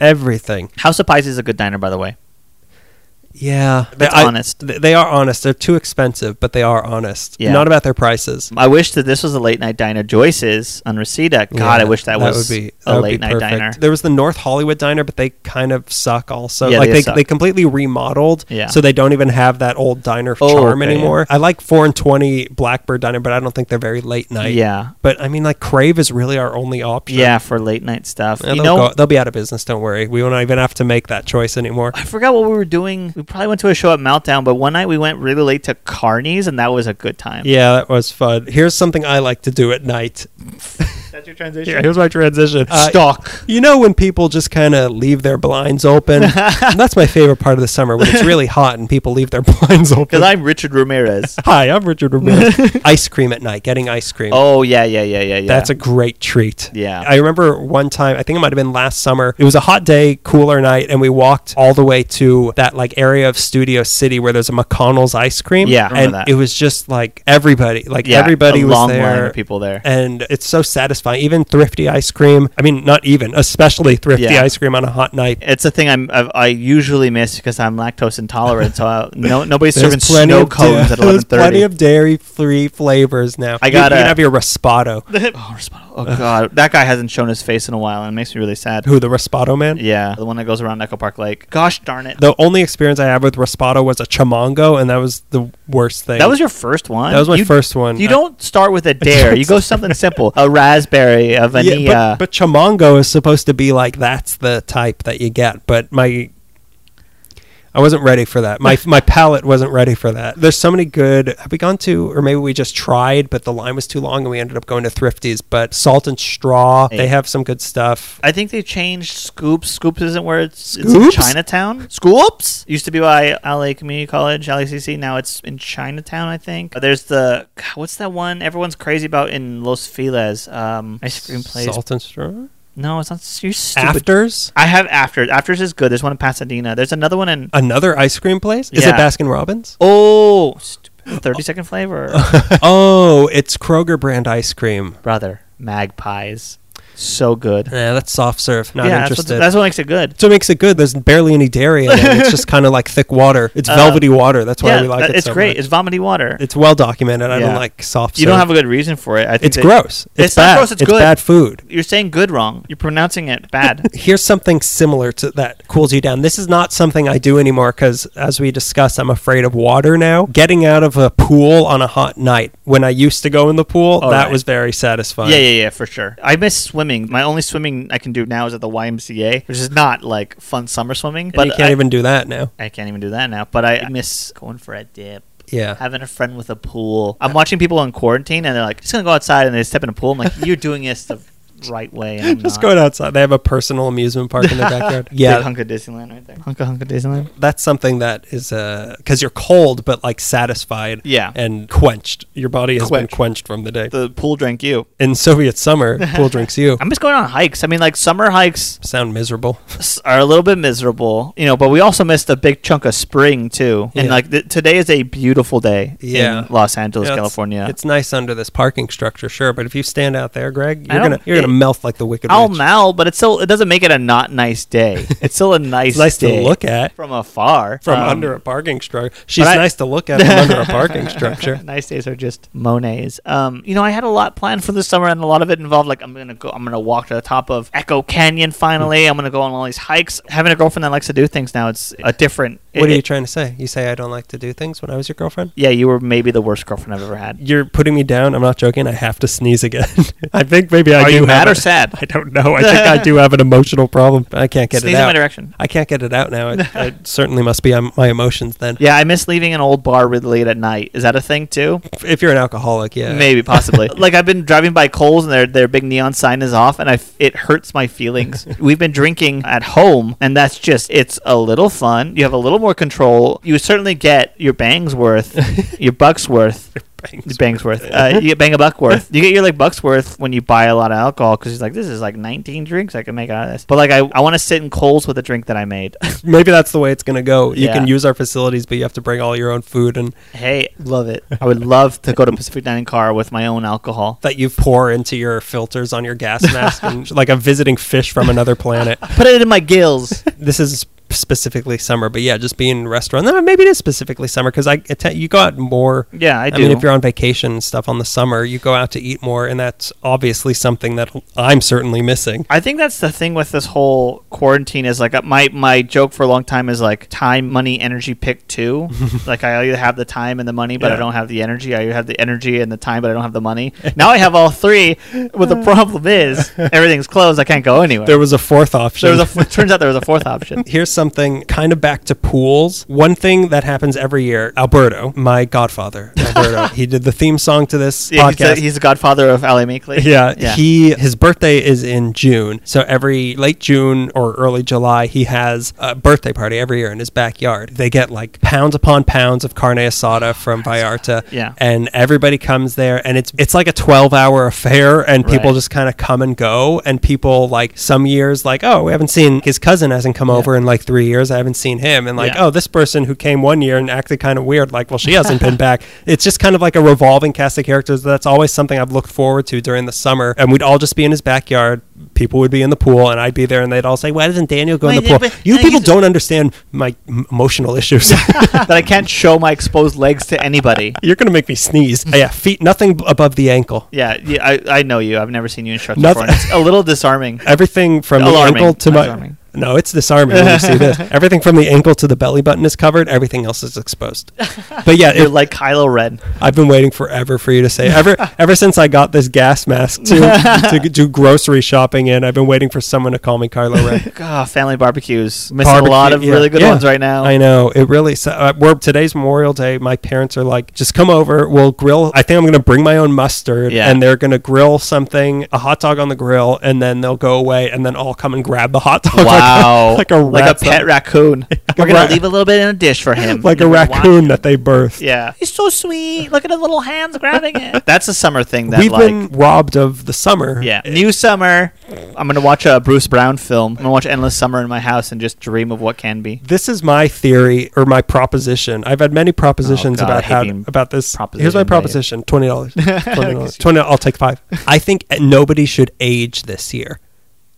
S1: Everything.
S2: House of Pies is a good diner, by the way.
S1: Yeah.
S2: That's
S1: I-
S2: honest.
S1: th- They are honest. They're too expensive, but they are honest.
S2: Yeah.
S1: Not about their prices.
S2: I wish that this was a late night diner. Joyce's on Reseda. God, I
S1: Yeah,
S2: wish that, was
S1: that
S2: a
S1: would be
S2: late night
S1: perfect.
S2: diner.
S1: There was the North Hollywood diner, but they kind of suck also.
S2: Yeah,
S1: like
S2: they
S1: they,
S2: suck.
S1: they completely remodeled,
S2: Yeah.
S1: so they don't even have that old diner
S2: Oh,
S1: charm
S2: okay,
S1: anymore. I like four and twenty Blackbird Diner, but I don't think they're very late night.
S2: Yeah.
S1: but I mean, like Crave is really our only option.
S2: Yeah, for late night stuff.
S1: And
S2: you
S1: they'll,
S2: know,
S1: go- they'll be out of business. Don't worry, we won't even have to make that choice anymore.
S2: I forgot what we were doing. We probably went to a show at Meltdown, but one night we went really late to Carney's, and that was a good time.
S1: Yeah, that was fun. Here's something I like to do at night.
S2: That's your
S1: Yeah,
S2: transition.
S1: here's my transition. Uh,
S2: Stock.
S1: You know when people just kind of leave their blinds open? That's my favorite part of the summer when it's really hot and people leave their blinds
S2: Because
S1: open.
S2: I'm Richard Ramirez.
S1: Hi, I'm Richard Ramirez. ice cream at night, getting ice cream.
S2: oh yeah, yeah, yeah, yeah, yeah.
S1: That's a great treat.
S2: Yeah.
S1: I remember one time, I think it might have been last summer. It was a hot day, cooler night, and we walked all the way to that like area of Studio City where there's a McConnell's ice cream.
S2: Yeah, I remember
S1: And
S2: that.
S1: it was just like everybody, like
S2: yeah,
S1: everybody
S2: a
S1: was
S2: long
S1: there.
S2: line of people there.
S1: And it's so satisfying. Even thrifty ice cream. I mean, not even, especially thrifty
S2: Yeah.
S1: ice cream on a hot night.
S2: It's a thing I'm I, I usually miss because I'm lactose intolerant. So I, no nobody's serving
S1: plenty
S2: snow
S1: of da-
S2: cones at
S1: There's
S2: eleven
S1: plenty
S2: thirty.
S1: of dairy-free flavors now.
S2: I
S1: You-
S2: gotta-
S1: You, can have your Raspato.
S2: oh, Respado. Oh, god, that guy hasn't shown his face in a while, and it makes me really sad.
S1: Who the Raspato man?
S2: Yeah, the one that goes around Echo Park Lake. Gosh darn it,
S1: The only experience I had with Raspato was a chamongo, and that was the worst thing.
S2: that was your first one.
S1: That was my
S2: You-
S1: first one.
S2: You
S1: I-
S2: don't start with a dare. You go something simple. A raspberry, a
S1: Yeah,
S2: vanilla.
S1: but, but chamongo is supposed to be like that's the type that you get. But my, I wasn't ready for that. My my palate wasn't ready for that. There's so many good. Have we gone to, or maybe we just tried, but the line was too long, and we ended up going to Thrifties. But Salt and Straw, they have some good stuff.
S2: I think they changed Scoops. Scoops isn't where it's, it's in
S1: Scoops?
S2: Chinatown. Scoops used to be by LA Community College, LACC. Now it's in Chinatown, I think. Uh, There's the God, what's that one everyone's crazy about in Los Feliz? Um, ice cream place.
S1: Salt and Straw.
S2: No, it's not. You're stupid.
S1: Afters.
S2: I have Afters. Afters is good. There's one in Pasadena. There's another one in
S1: Another ice cream place? Is
S2: Yeah.
S1: it Baskin Robbins?
S2: oh, stupid. thirty second flavor,
S1: oh, it's Kroger brand ice cream.
S2: brother. Magpies, so good.
S1: Yeah, that's soft serve. Not
S2: yeah, that's what,
S1: interested.
S2: that's what makes it good.
S1: So it makes it good. There's barely any dairy in it. It's just kind of like thick water. It's velvety water. That's why
S2: Uh, yeah,
S1: we like
S2: that-
S1: it.
S2: it's
S1: so
S2: great.
S1: much.
S2: It's vomity water.
S1: It's well documented. I
S2: Yeah.
S1: don't like soft.
S2: you don't
S1: serve.
S2: have a good reason for it. I think
S1: It's
S2: that-
S1: gross. It's,
S2: It's not
S1: bad.
S2: gross, it's
S1: it's
S2: good.
S1: bad food.
S2: You're saying good wrong. You're pronouncing it bad.
S1: Here's something similar to that cools you down. This is not something I do anymore because, as we discussed, I'm afraid of water now. Getting out of a pool on a hot night when I used to go in the pool,
S2: Oh,
S1: that
S2: right.
S1: was very satisfying.
S2: yeah, yeah, yeah, for sure. I miss swimming. My only swimming I can do now is at the YMCA, which is not like fun summer swimming.
S1: But
S2: But
S1: you can't
S2: I,
S1: even do that now.
S2: I can't even do that now. But I miss going for a dip.
S1: Yeah.
S2: Having a friend with a pool. I'm watching people in quarantine and they're like, just gonna go outside and they step in a pool. I'm like, you're doing this the right way. and I'm
S1: Just
S2: not."
S1: going outside. They have a personal amusement park in their backyard.
S2: Big
S1: Yeah,
S2: hunk of Disneyland right there. Hunk of hunk of Disneyland.
S1: that's something that is because you're cold, but like satisfied
S2: Yeah.
S1: and quenched. Your body has
S2: Quenched.
S1: been quenched from the day.
S2: The pool drank you.
S1: in Soviet summer, pool drinks you.
S2: I miss going on hikes. I mean, like summer hikes
S1: Sound miserable.
S2: s- are a little bit miserable, you know, but we also missed a big chunk of spring too. And
S1: Yeah.
S2: like th- today is a beautiful day
S1: Yeah.
S2: in Los Angeles,
S1: Yeah, it's-
S2: California.
S1: It's nice under this parking structure, sure, but if you stand out there, Greg,
S2: I
S1: you're
S2: don't-
S1: gonna you're gonna
S2: it-
S1: melt like the wicked
S2: I'll
S1: witch.
S2: mal, but it's still it doesn't make it a not nice day. It's still a nice,
S1: It's nice to
S2: day
S1: look at
S2: from afar.
S1: from
S2: Um,
S1: under a parking structure. She's
S2: I-
S1: nice to look at from under a parking structure.
S2: nice days are just Monets. Um, you know, I had a lot planned for this summer, and a lot of it involved like I'm gonna go, I'm gonna walk to the top of Echo Canyon.
S1: Hmm.
S2: Finally, I'm gonna go on all these hikes. Having a girlfriend that likes to do things now, it's a different.
S1: What
S2: it-
S1: are you
S2: it-
S1: trying to say? You say I don't like to do things when I was your girlfriend?
S2: yeah, you were maybe the worst girlfriend I've ever had.
S1: You're putting me down. I'm not joking. I have to sneeze again. I think maybe I
S2: Are
S1: do
S2: you
S1: have
S2: mad
S1: a-
S2: or sad?
S1: I don't know. I think I do have an emotional problem. I can't get
S2: Sneeze
S1: it
S2: in
S1: out.
S2: my direction.
S1: I can't get it out now. It, it certainly must be um, my emotions then.
S2: Yeah, I miss leaving an old bar really late at night. Is that a thing too?
S1: If you're an alcoholic, yeah.
S2: Maybe, possibly. like I've been driving by Coles and their their big neon sign is off, and I f- it hurts my feelings. We've been drinking at home, and that's just it's a little fun. You have a little more control. You certainly get your bangs worth, your bucks worth.
S1: Bangs.
S2: Bangs worth. Uh, you get bang a buck worth. You get your like bucks worth when you buy a lot of alcohol because he's like, this is like 19 drinks I can make out of this. But like, I, I want to sit in Coles with a drink that I made.
S1: Maybe that's the way it's going to go. You
S2: Yeah.
S1: can use our facilities, but you have to bring all your own food and
S2: hey, love it. I would love to go to Pacific Dining Car with my own alcohol.
S1: that you pour into your filters on your gas mask, and, like a visiting fish from another planet.
S2: Put it in my gills.
S1: This is specifically summer, but yeah, just being in a restaurant. No, maybe it is specifically summer because I it te- you go out more.
S2: Yeah, I
S1: I,
S2: do.
S1: mean, if you're on vacation and stuff on the summer, you go out to eat more, and that's obviously something that I'm certainly missing.
S2: I think that's the thing with this whole quarantine is like uh, my my joke for a long time is like time, money, energy, pick two. like I either have the time and the money, but I
S1: Yeah.
S2: don't have the energy. I have the energy and the time, but I don't have the money. now I have all three. But the problem is everything's closed. I can't go anywhere.
S1: There was a fourth option.
S2: There was a f- turns out there was a fourth option.
S1: Here's something kind of back to pools. One thing that happens every year, Alberto, my godfather, Alberto, he did the theme song to this
S2: Yeah, he's,
S1: podcast.
S2: the, he's the godfather of LA Makeley.
S1: yeah,
S2: yeah.
S1: he his birthday is in June, so every late June or early July he has a birthday party every year in his backyard. They get like pounds upon pounds of carne asada from Vallarta,
S2: Yeah.
S1: and everybody comes there, and it's it's like a twelve hour affair, and people
S2: Right.
S1: just kind of come and go, and people like some years like oh we haven't seen his cousin hasn't come over in like three years, I haven't seen him, and like
S2: Yeah.
S1: oh this person who came one year and acted kind of weird, like well she hasn't been back. It's just kind of like a revolving cast of characters. That's always something I've looked forward to during the summer, and we'd all just be in his backyard. People would be in the pool, and I'd be there, and they'd all say, "Why doesn't Daniel go in
S2: Why
S1: the
S2: did-
S1: pool?"
S2: but-
S1: You
S2: no,
S1: people
S2: he's-
S1: don't understand my m- emotional issues.
S2: that I can't show my exposed legs to anybody.
S1: You're gonna make me sneeze. yeah, feet nothing above the ankle.
S2: Yeah, yeah I, I know you. I've never seen you in shorts
S1: Nothing-
S2: before. and It's a little disarming.
S1: Everything from the
S2: Alarming.
S1: ankle to my
S2: Alarming.
S1: No, it's disarming when you see this. Everything from the ankle to the belly button is covered. Everything else is exposed. But yeah,
S2: You're
S1: it,
S2: like Kylo Ren.
S1: I've been waiting forever for you to say ever ever since I got this gas mask to to do grocery shopping in. I've been waiting for someone to call me Carlo Ren.
S2: God, Ah, family barbecues. Missing a lot
S1: Barbecue,
S2: of
S1: yeah.
S2: really good
S1: Yeah.
S2: ones right now.
S1: I know it really. So, uh, we're today's Memorial Day. My parents are like, just come over. We'll grill. I think I'm gonna bring my own mustard,
S2: Yeah.
S1: and they're gonna grill something, a hot dog on the grill, and then they'll go away, and then all come and grab the hot dog. like a-
S2: Wow.
S1: like a rat's-
S2: pet raccoon. We're going
S1: rat-
S2: to leave a little bit in a dish for him.
S1: like a
S2: We're gonna watch
S1: raccoon
S2: him.
S1: that they birthed.
S2: Yeah. He's so sweet. Look at his little hands grabbing it. That's a summer thing that,
S1: We've
S2: like,
S1: been robbed of the summer.
S2: yeah. New summer. I'm going to watch a Bruce Brown film. I'm going to watch Endless Summer in my house and just dream of what can be.
S1: This is my theory or my proposition. I've had many propositions
S2: Oh, God, I
S1: about
S2: hate
S1: how
S2: being
S1: about this. Here's
S2: propositioned by
S1: my
S2: you.
S1: proposition: twenty dollars. Twenty dollars. Twenty. I'll take five. I think nobody should age this year.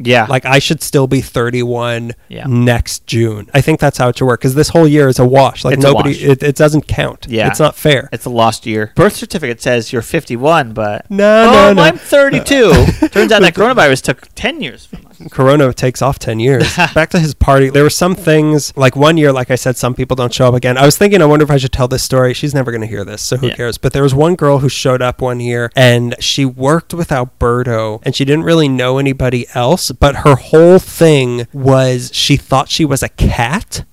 S2: Yeah.
S1: Like I should still be 31
S2: Yeah.
S1: next June. I think that's how it should work because this whole year is a wash. Like
S2: It's a
S1: nobody,
S2: wash.
S1: It, it doesn't count.
S2: Yeah.
S1: it's not fair.
S2: it's a lost year. Birth certificate says you're 51, but.
S1: No,
S2: oh,
S1: no, no.
S2: I'm 32. Turns out that coronavirus took 10 years from us.
S1: Corona takes off 10 years. Back to his party, there were some things like one year, like I said, some people don't show up again. I was thinking, I wonder if I should tell this story. She's never going to hear this, so who
S2: Yeah.
S1: cares? But there was one girl who showed up one year and she worked with Alberto and she didn't really know anybody else, but her whole thing was she thought she was a cat.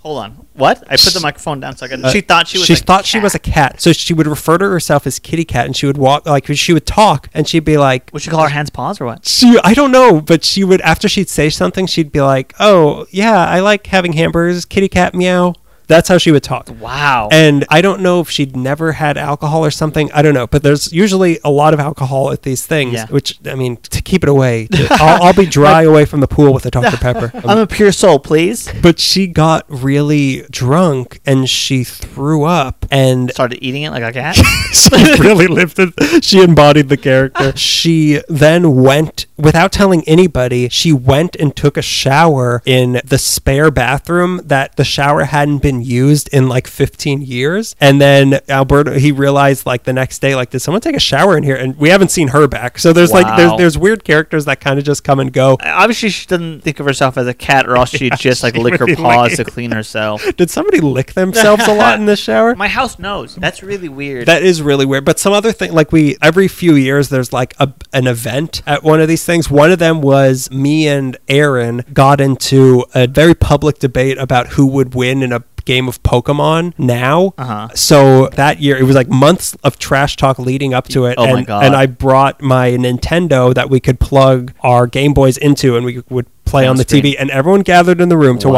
S2: Hold on. What? I put the microphone down so I could. she thought she was.
S1: Uh, she
S2: a
S1: thought she was a cat. So she would refer to herself as kitty cat and she would walk like she would talk and she'd be like
S2: Would you call her hands paws or what?
S1: she I don't know, but she would after she'd say something, she'd be like, "Oh, yeah, I like having hamburgers, kitty cat meow." That's how she would talk.
S2: Wow.
S1: And I don't know if she'd never had alcohol or something. I don't know, but there's usually a lot of alcohol at these things,
S2: Yeah.
S1: which I mean, to keep it away, I'll, I'll be dry away from the pool with a Dr Pepper.
S2: I'm a pure soul, please.
S1: but she got really drunk and she threw up and
S2: Started eating it like a cat.
S1: she really lived it. She embodied the character. She then went without telling anybody. She went and took a shower in the spare bathroom that the shower hadn't been used in like 15 years. And then Alberto he realized like the next day like did someone take a shower in here? And we haven't seen her back. So there's like
S2: Wow.
S1: there's there's weird characters that kind of just come and go.
S2: Obviously, she doesn't think of herself as a cat, or else she'd just like lick her paws to clean herself.
S1: Did somebody lick themselves a lot in the shower?
S2: My house knows. That's really weird.
S1: That is really weird. But some other thing, like we every few years, there's like a, an event at one of these things. One of them was me and Aaron got into a very public debate about who would win in a game of Pokemon now.
S2: Uh-huh.
S1: So that year, it was like months of trash talk leading up to it.
S2: Oh my
S1: and,
S2: God.
S1: And I brought my Nintendo that we could plug our Game Boys into, and we would play
S2: On
S1: on the
S2: screen.
S1: TV. And everyone gathered in the room to
S2: Wow.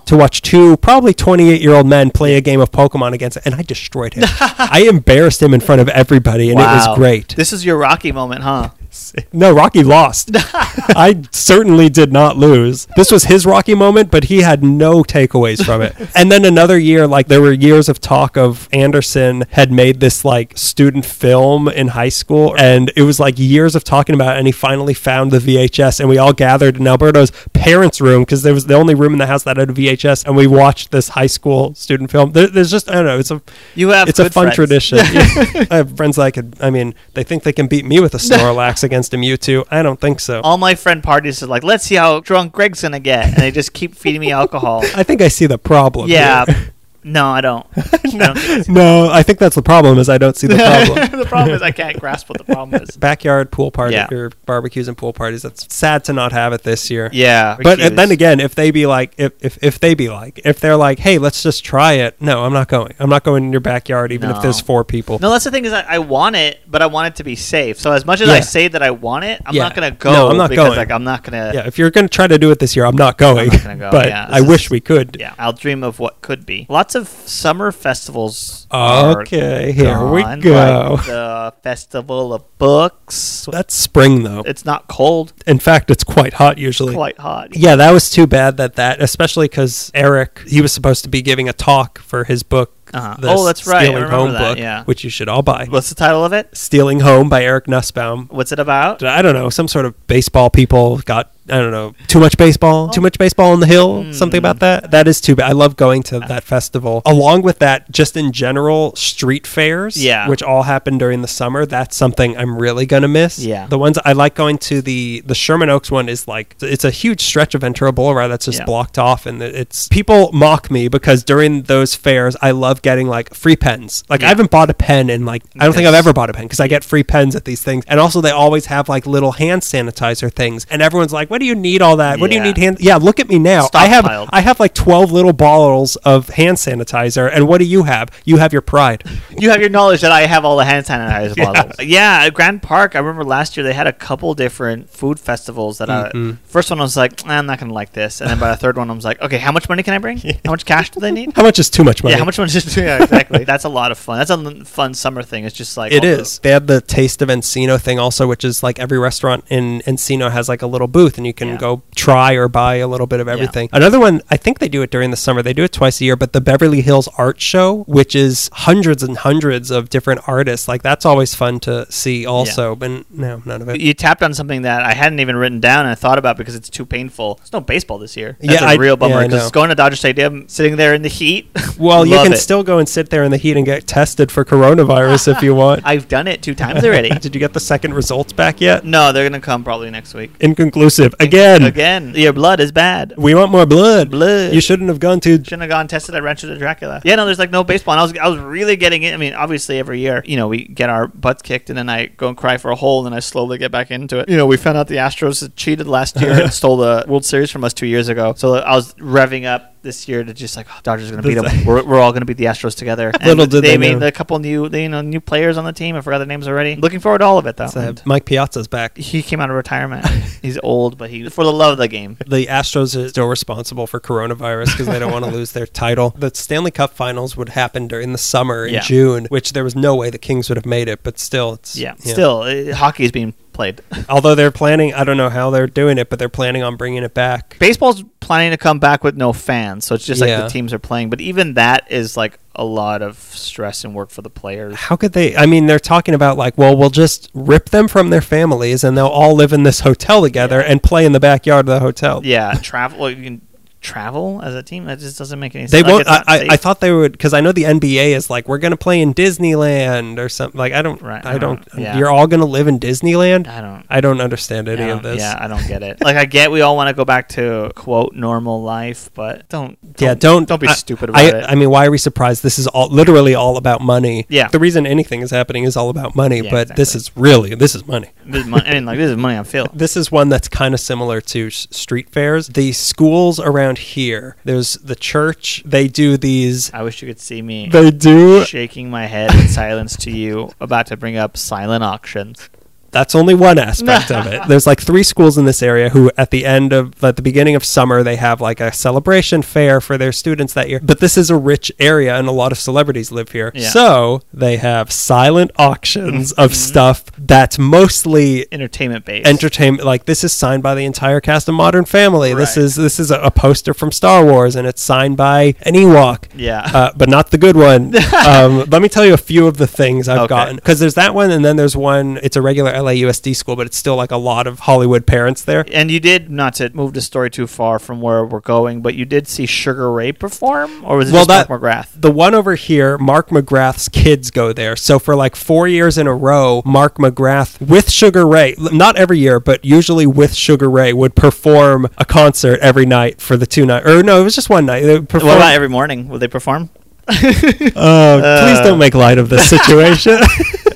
S1: watch to watch two probably 28 year old men play a game of Pokemon against and I destroyed him. I embarrassed him in front of everybody and it
S2: Wow.
S1: was great.
S2: This is your Rocky moment, huh?
S1: no, Rocky lost. I certainly did not lose. This was his Rocky moment, but he had no takeaways from it. and then another year, like there were years of talk of Anderson had made this like student film in high school, and it was like years of talking about it, and he finally found the VHS, and we all gathered in Alberto's parents' room because there was the only room in the house that had a VHS, and we watched this high school student film. There, there's just I don't know, it's a
S2: You have.
S1: it's a
S2: good
S1: fun
S2: friends.
S1: tradition. Yeah. I have friends that I could. I mean, they think they can beat me with a Snorlax against a Mewtwo. I don't think so.
S2: All my friend parties is like, let's see how drunk Greg's gonna get, and they just keep feeding me alcohol.
S1: I think I see the problem.
S2: yeah.
S1: here.
S2: No, I don't. I don't think
S1: no, I think that's the problem. Is I don't see the problem.
S2: the problem is I can't grasp what the problem is.
S1: Backyard pool party
S2: Yeah.
S1: or barbecues and pool parties. That's sad to not have it this year.
S2: Yeah,
S1: But uh, then again, if they be like, if, if if they be like, if they're like, hey, let's just try it. No, I'm not going. I'm not going in your backyard, even
S2: No.
S1: if there's four people.
S2: no, that's the thing is I, I want it, but I want it to be safe. So as much as I
S1: Yeah.
S2: say that I want it, I'm
S1: Yeah.
S2: not gonna go.
S1: No, I'm not
S2: because,
S1: going.
S2: Like I'm not gonna.
S1: Yeah, if you're gonna try to do it this year, I'm not going.
S2: not gonna go,
S1: but
S2: yeah.
S1: I
S2: This
S1: wish
S2: is-
S1: we could.
S2: yeah, I'll dream of what could be. Lots of summer festivals. are
S1: Okay, here we
S2: gone,
S1: go.
S2: like the festival of books.
S1: That's spring though.
S2: It's not cold,
S1: In fact, it's quite hot usually.
S2: quite hot.
S1: Yeah, that was too bad that that, especially because Eric, he was supposed to be giving a talk for his book book.
S2: Uh-huh.
S1: the
S2: Oh, that's right. I
S1: Stealing
S2: remember
S1: Home
S2: that,
S1: book,
S2: yeah.
S1: which you should all buy.
S2: What's the title of it?
S1: Stealing Home by Eric Nussbaum.
S2: What's it about?
S1: I don't know. Some sort of baseball people got I don't know too much baseball, too much baseball on the hill,
S2: Hmm.
S1: something about that. That is too bad. I love going to
S2: Uh.
S1: that festival. Along with that, just in general, street fairs,
S2: Yeah.
S1: which all happen during the summer. That's something I'm really gonna miss.
S2: Yeah.
S1: the ones I like going to the the Sherman Oaks one is like it's a huge stretch of Ventura Boulevard that's just
S2: Yeah.
S1: blocked off, and it's people mock me because during those fairs, I love getting like free pens. Like I haven't bought a pen in like I don't think I've
S2: Yes.
S1: ever bought a pen because I get free pens at these things. And also, they always have like little hand sanitizer things. And everyone's like, "What do you need all that? What do you
S2: Yeah.
S1: need hand?" Yeah, look at me now. I have
S2: Stockpiled.
S1: I have like twelve little bottles of hand sanitizer. And what do you have? You have your pride.
S2: You have your knowledge that I have all the hand sanitizer bottles. Yeah, at Grand Park. I remember last year they had a couple different food festivals. That
S1: Mm-hmm.
S2: I, first one I was like, "Nah, I'm not gonna like this, and then by the third one I was like, okay, how much money can I bring? How much cash do they need?
S1: How much is too much money?
S2: Yeah, how much money? Is yeah, exactly. That's a lot of fun. That's a l- fun summer thing. It's just like
S1: It
S2: all
S1: is.
S2: the-
S1: They had the Taste of Encino thing also, which is like every restaurant in Encino has like a little booth, and you can
S2: Yeah.
S1: go try or buy a little bit of everything. Another one, I think they do it during the summer. They do it twice a year, but the Beverly Hills Art Show, which is hundreds and hundreds of different artists, like that's always fun to see. Also, but no, none of it.
S2: You tapped on something that I hadn't even written down and I thought about because it's too painful. There's no baseball this year. That's
S1: Yeah,
S2: a
S1: I-
S2: real bummer.
S1: yeah, I
S2: Because
S1: know.
S2: going to Dodger Stadium, sitting there in the heat.
S1: Well, you
S2: love
S1: can
S2: it.
S1: still go and sit there in the heat and get tested for coronavirus if you want.
S2: I've done it two times already.
S1: Did you get the second results back yet?
S2: no, they're gonna come probably next week.
S1: Inconclusive
S2: Hmm.
S1: again.
S2: Again, your blood is bad.
S1: We want more blood.
S2: Blood.
S1: You shouldn't have gone to
S2: Shouldn't have gone tested at Rancho de Dracula. Yeah, no, there's like no baseball. And I was, I was really getting in. I mean, obviously every year, you know, we get our butts kicked, and then I go and cry for a hole, and then I slowly get back into it. You know, we found out the Astros had cheated last year and stole the World Series from us two years ago. So I was revving up this year to just like oh, Dodgers are gonna beat them. We're, we're all gonna beat the Astros together. And
S1: Little did they
S2: made
S1: know.
S2: a couple new, they, you know, new players on the team. I forgot their names already. Looking forward to all of it though.
S1: Uh,
S2: And
S1: Mike Piazza's back.
S2: he came out of retirement. He's old, but he for the love of the game.
S1: The Astros are still responsible for coronavirus because they don't want to lose their title. The Stanley Cup Finals would happen during the summer in
S2: Yeah.
S1: June, which there was no way the Kings would have made it. But still, it's
S2: Yeah, still uh, hockey is being played.
S1: Although they're planning, I don't know how they're doing it, but they're planning on bringing it back.
S2: baseball's planning to come back with no fans, so it's just like
S1: Yeah.
S2: the teams are playing. But even that is like a lot of stress and work for the players.
S1: How could they? I mean, they're talking about like, well, we'll just rip them from their families and they'll all live in this hotel together and play in the backyard of the hotel.
S2: Yeah, travel. well, You can travel as a team. That just doesn't make any
S1: They
S2: sense. Like,
S1: won't.
S2: it's not
S1: I, I,
S2: safe.
S1: I thought they would because I know the NBA is like we're gonna play in Disneyland or something. Like I don't.
S2: Right,
S1: I
S2: I
S1: don't.
S2: don't- yeah.
S1: You're all gonna live in Disneyland.
S2: I don't.
S1: I don't understand any
S2: I
S1: of
S2: don't-
S1: this.
S2: Yeah, I don't get it. Like, I get we all want to go back to quote normal life, but don't. don't
S1: yeah, don't
S2: don't be
S1: I-
S2: stupid about
S1: I,
S2: it.
S1: I mean, why are we surprised? This is all literally all about money.
S2: Yeah.
S1: the reason anything is happening is all about money.
S2: Yeah,
S1: but this
S2: exactly.
S1: is really this is money.
S2: This is mon- I mean, like this is money on Phil.
S1: This is one that's kind of similar to s- street fairs. The schools around here, there's the church. They do these.
S2: I wish you could see me.
S1: They do.
S2: Shaking my head in silence to you, about to bring up silent auctions.
S1: That's only one aspect of it. There's like three schools in this area who, at the end of, at the beginning of summer, they have like a celebration fair for their students that year. But this is a rich area and a lot of celebrities live here.
S2: Yeah.
S1: So they have silent auctions of stuff that's mostly
S2: Entertainment based.
S1: entertainment like this is signed by the entire cast of modern family this
S2: Right.
S1: is this is a, a poster from star wars and it's signed by an ewok
S2: Yeah.
S1: uh, but not the good one. Um, let me tell you a few of the things I've
S2: Okay.
S1: gotten because there's that one, and then there's one. It's a regular LAUSD school, but it's still like a lot of Hollywood parents there.
S2: And you did not to move the story too far from where we're going, but you did see Sugar Ray perform, or was it
S1: Well, that-
S2: just Mark McGrath?
S1: The one over here, Mark McGrath's kids go there. So for like four years in a row, Mark McGrath with Sugar Ray, l- not every year, but usually with Sugar Ray, would perform a concert every night for the two night. Or no, it was just one night. They would perform-
S2: What about every morning? Would they perform?
S1: Oh,
S2: Uh,
S1: please don't make light of this situation.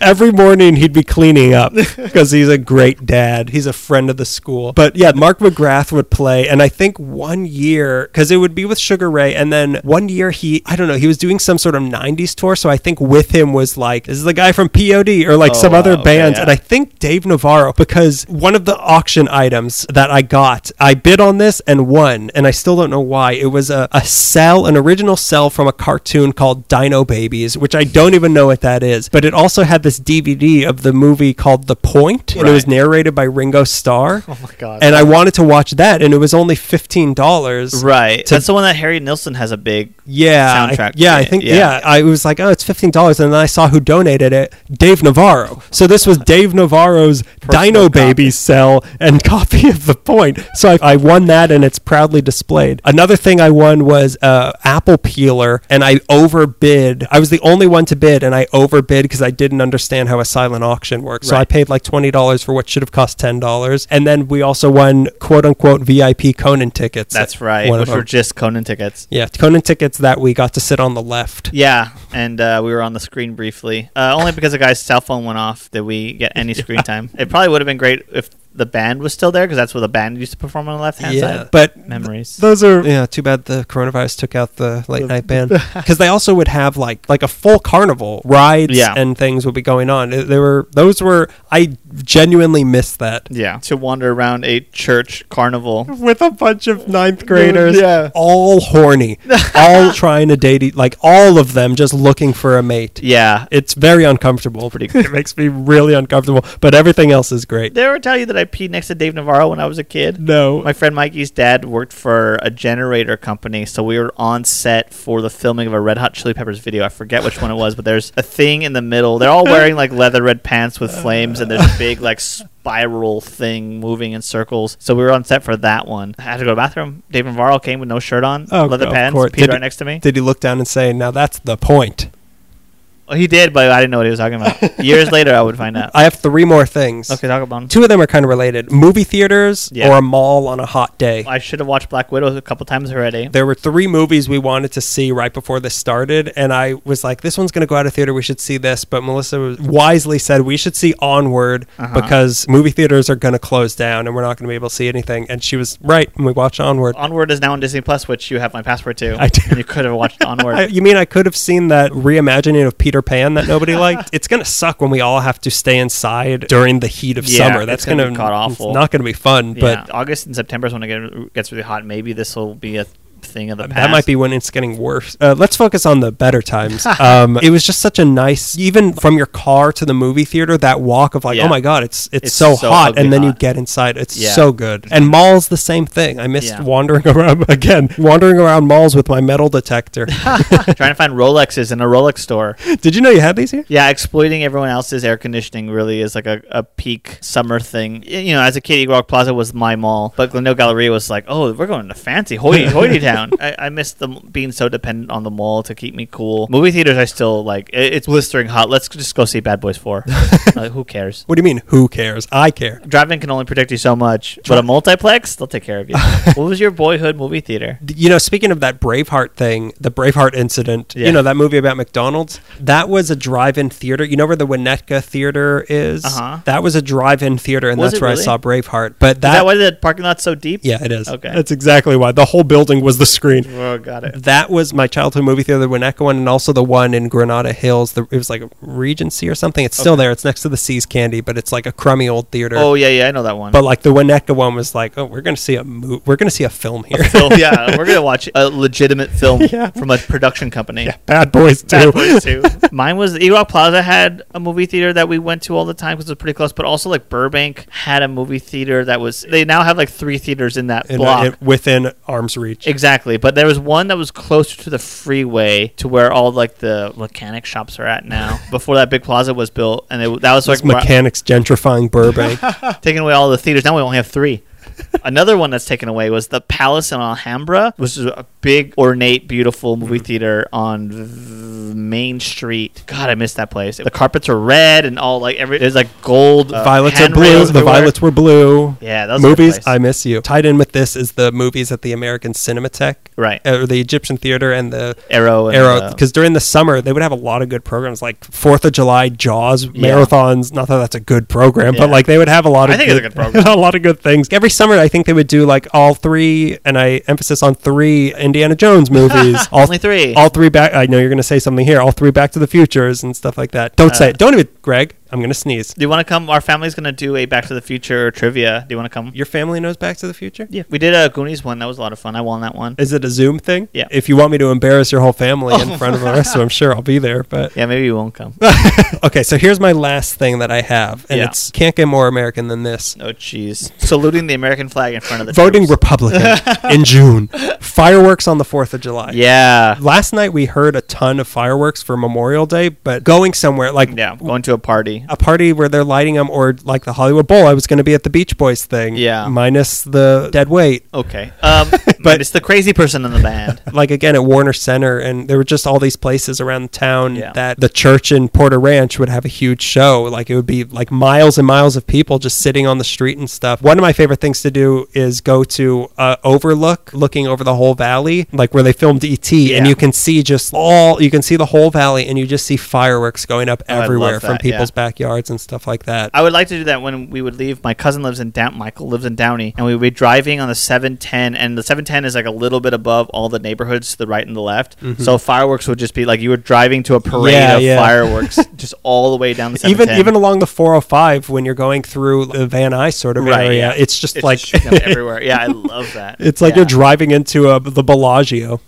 S1: Every morning he'd be cleaning up because he's a great dad. He's a friend of the school. But yeah, Mark McGrath would play. And I think one year, because it would be with Sugar Ray. And then one year he, I don't know, he was doing some sort of 90s tour. So I think with him was like, this is the guy from POD or like
S2: Oh,
S1: some other
S2: wow, okay,
S1: bands.
S2: yeah.
S1: And I think Dave Navarro, because one of the auction items that I got, I bid on this and won. And I still don't know why. It was a, a cell, an original cell from a cartoon called Dino Babies, which I don't even know what that is. But it also had this DVD of the movie called The Point, and it was
S2: Right.
S1: narrated by Ringo Starr.
S2: Oh my god!
S1: And I wanted to watch that, and it was only $15.
S2: right,
S1: to-
S2: that's the one that Harry Nilsson has a big
S1: Yeah, I-
S2: soundtrack
S1: yeah, I
S2: in it,
S1: think yeah.
S2: yeah.
S1: I was like, oh, it's fifteen dollars, and then I saw who donated it, Dave Navarro. So this was Dave Navarro's Dino
S2: copy.
S1: Baby cell and copy of the point. So I, I won that, and it's proudly displayed. Another thing I won was uh, apple peeler, and I overbid. I was the only one to bid, and I overbid because I didn't understand how a silent auction works. So I
S2: Right.
S1: paid like twenty dollars for what should have cost ten dollars, and then we also won quote unquote VIP Conan tickets.
S2: That's right,
S1: One of
S2: which were
S1: them.
S2: just Conan tickets.
S1: Yeah, Conan tickets that we got to sit on the left.
S2: Yeah, and uh, we were on the screen briefly. Uh, only because the guy's cell phone went off did we get any screen time. It probably would have been great if the band was still there because that's where the band used to perform on the left hand
S1: Yeah,
S2: side.
S1: but
S2: Memories.
S1: those are yeah. Too bad the coronavirus took out the late night band because they also would have like like a full carnival rides
S2: Yeah.
S1: and things would be going on. Uh, They were those were I genuinely missed that
S2: yeah, to wander around a church carnival.
S1: with a bunch of ninth graders,
S2: Yeah.
S1: all horny, all trying to date, e- like all of them just looking for a mate.
S2: Yeah,
S1: It's very uncomfortable.
S2: Pretty-
S1: it makes me really uncomfortable, but everything else is great.
S2: Did I ever tell you that I peed next to Dave Navarro when I was a kid?
S1: No,
S2: My friend Mikey's dad worked for a generator company, so we were on set for the filming of a Red Hot Chili Peppers video. I forget which one it was, but there's a thing in the middle. They're all wearing like leather red pants with flames, and there's a big like spiral thing moving in circles. So we were on set for that one. I had to go to the bathroom. Dave Navarro came with no shirt on,
S1: Oh,
S2: leather
S1: of
S2: pants,
S1: course.
S2: peed
S1: Did
S2: right
S1: he-
S2: next to me.
S1: did he look down and say, "Now that's the point"?
S2: Well, he did, but I didn't know what he was talking about. Years later, I would find out.
S1: I have three more things.
S2: Okay, talk about him.
S1: Two of them are kind of related movie theaters
S2: Yeah.
S1: or a mall on a hot day.
S2: I should have watched Black Widow a couple times already.
S1: There were three movies we wanted to see right before this started, and I was like, this one's going to go out of theater. We should see this. But Melissa was- wisely said, we should see Onward
S2: Uh-huh.
S1: because movie theaters are going to close down and we're not going to be able to see anything. And she was right, and we watched Onward.
S2: Onward is now on Disney Plus, which you have my password to.
S1: I do.
S2: And you could have watched Onward.
S1: I- you mean I could have seen that reimagining of Peter Pan that nobody liked? It's going to suck when we all have to stay inside during the heat of
S2: Yeah,
S1: summer.
S2: it's
S1: That's
S2: gonna
S1: going
S2: be
S1: to
S2: god awful.
S1: not going to be fun, but
S2: yeah. August and September is when it get- gets really hot. Maybe this will be a thing of the past.
S1: That might be when it's getting worse. Uh, let's focus on the better times. um, it was just such a nice, even from your car to the movie theater, that walk of like,
S2: Yeah.
S1: oh my god, it's it's,
S2: It's
S1: so,
S2: so
S1: hot,
S2: ugly
S1: and then you
S2: hot.
S1: get inside, it's
S2: Yeah.
S1: so good. And malls, the same thing. I missed
S2: Yeah.
S1: wandering around again, wandering around malls with my metal detector.
S2: trying to find Rolexes in a Rolex store.
S1: Did you know you had these here?
S2: Yeah, exploiting everyone else's air conditioning really is like a, a peak summer thing. Y- You know, as a kid, Eagle Rock Plaza was my mall, but Glendale Galleria was like, oh, we're going to fancy hoity hoity town. I, I miss them being so dependent on the mall to keep me cool. Movie theaters, I still like, i- it's blistering hot. Let's just go see Bad Boys 4. like, who cares?
S1: What do you mean? Who cares? I care.
S2: Driving can only protect you so much, but a multiplex, they'll take care of you. what was your boyhood movie theater?
S1: You know, speaking of that Braveheart thing, the Braveheart incident,
S2: Yeah.
S1: you know, that movie about McDonald's, that was a drive in theater. You know where the Winnetka Theater is?
S2: Uh-huh.
S1: That was a drive in theater, and
S2: Was
S1: that's
S2: it
S1: where I
S2: really?
S1: saw Braveheart. But
S2: Is
S1: that,
S2: that why the parking lot's so deep?
S1: Yeah, it is.
S2: Okay.
S1: That's exactly why. The whole building was the screen.
S2: Oh, got it.
S1: That was my childhood movie theater, the Winnetka one, and also the one in Granada Hills. The, it was like a Regency or something. It's still there. It's next to the Seas Candy, but it's like a crummy old theater.
S2: Oh, yeah, yeah, I know that one.
S1: But like the Winnetka one was like, oh, we're gonna see a mo- we're gonna see a film here.
S2: film. yeah, we're gonna watch a legitimate film
S1: Yeah.
S2: from a production company.
S1: Bad Boys too.
S2: Bad Boys 2. Mine was Eagle Rock Plaza had a movie theater that we went to all the time because it was pretty close, but also like Burbank had a movie theater that was. They now have like three theaters in that
S1: In,
S2: block.
S1: in- within arm's reach.
S2: Exactly, but there was one that was closer to the freeway, to where all like the mechanic shops are at now. Before that big plaza was built, and it, that was like
S1: It's
S2: Uh,
S1: mechanics gentrifying Burbank.
S2: taking away all the theaters. Now we only have three. Another one that's taken away was the Palace in Alhambra, which is a big, ornate, beautiful movie
S1: Mm-hmm.
S2: theater on v- Main Street. God, I miss that place. The carpets are red and all like every there's like gold. uh,
S1: violets are blue.
S2: handrails
S1: The
S2: everywhere.
S1: violets were blue.
S2: Yeah, that was a good
S1: movies.
S2: place.
S1: I miss you. Tied in with this is the movies at the American Cinematheque, uh,
S2: Right.
S1: Or the Egyptian Theater and the
S2: Arrow. And,
S1: Arrow
S2: uh,
S1: because during the summer they would have a lot of good programs like Fourth of July Jaws marathons. Not that that's a good program,
S2: Yeah.
S1: but like they would have a lot of
S2: I think it's a good program.
S1: a lot of good things every summer. I think they would do like all three, and I emphasis on three Indiana Jones movies. all
S2: Only three.
S1: All three back. I know you're going to say something here. All three Back to the Futures and stuff like that. Don't
S2: Uh,
S1: say it. Don't even, Greg. I'm going to sneeze.
S2: do you want to come? Our family's gonna do a Back to the Future trivia. Do you want to come?
S1: Your family knows Back to the Future.
S2: Yeah, we did a Goonies one. That was a lot of fun. I won that one.
S1: Is it a Zoom thing?
S2: Yeah. Oh
S1: If you want me to embarrass your whole family in front of the rest of them, sure, I'll be there. But
S2: Yeah, maybe you won't come.
S1: okay, so here's my last thing that I have, and
S2: Yeah.
S1: it's can't get more American than this.
S2: oh, jeez. Saluting the American flag in front of the
S1: Voting
S2: troops.
S1: Republican in June. Fireworks on the 4th of July.
S2: Yeah.
S1: Last night we heard a ton of fireworks for Memorial Day, but going somewhere like
S2: Yeah. Going to a party.
S1: a party where they're lighting them or like the Hollywood Bowl, I was going to be at the Beach Boys thing.
S2: Yeah.
S1: Minus the dead weight.
S2: Okay. Um, but it's the crazy person in the band.
S1: like again at Warner Center, and there were just all these places around town
S2: Yeah.
S1: that the church in Porter Ranch would have a huge show. Like it would be like miles and miles of people just sitting on the street and stuff. One of my favorite things to do is go to uh, Overlook, looking over the whole valley, like where they filmed ET, and
S2: Yeah.
S1: you can see just all you can see the whole valley, and you just see fireworks going up
S2: Oh, love
S1: everywhere from
S2: that, yeah.
S1: people's backyards and stuff like that.
S2: I would like to do that when we would leave. My cousin lives in Down. Michael lives in Downey, and we would be driving on the 710, and the 710 is like a little bit above all the neighborhoods to the right and the left. So fireworks would just be like you were driving to a parade
S1: Mm-hmm. Yeah,
S2: of
S1: yeah.
S2: fireworks, just all the way down the 710.
S1: even even along the 405 when you're going through the Van Nuys sort of
S2: Right,
S1: area,
S2: yeah.
S1: it's just
S2: It's
S1: like
S2: just shooting up everywhere. Yeah, I love that.
S1: It's like
S2: yeah. Ah.
S1: you're driving into a, the Bellagio.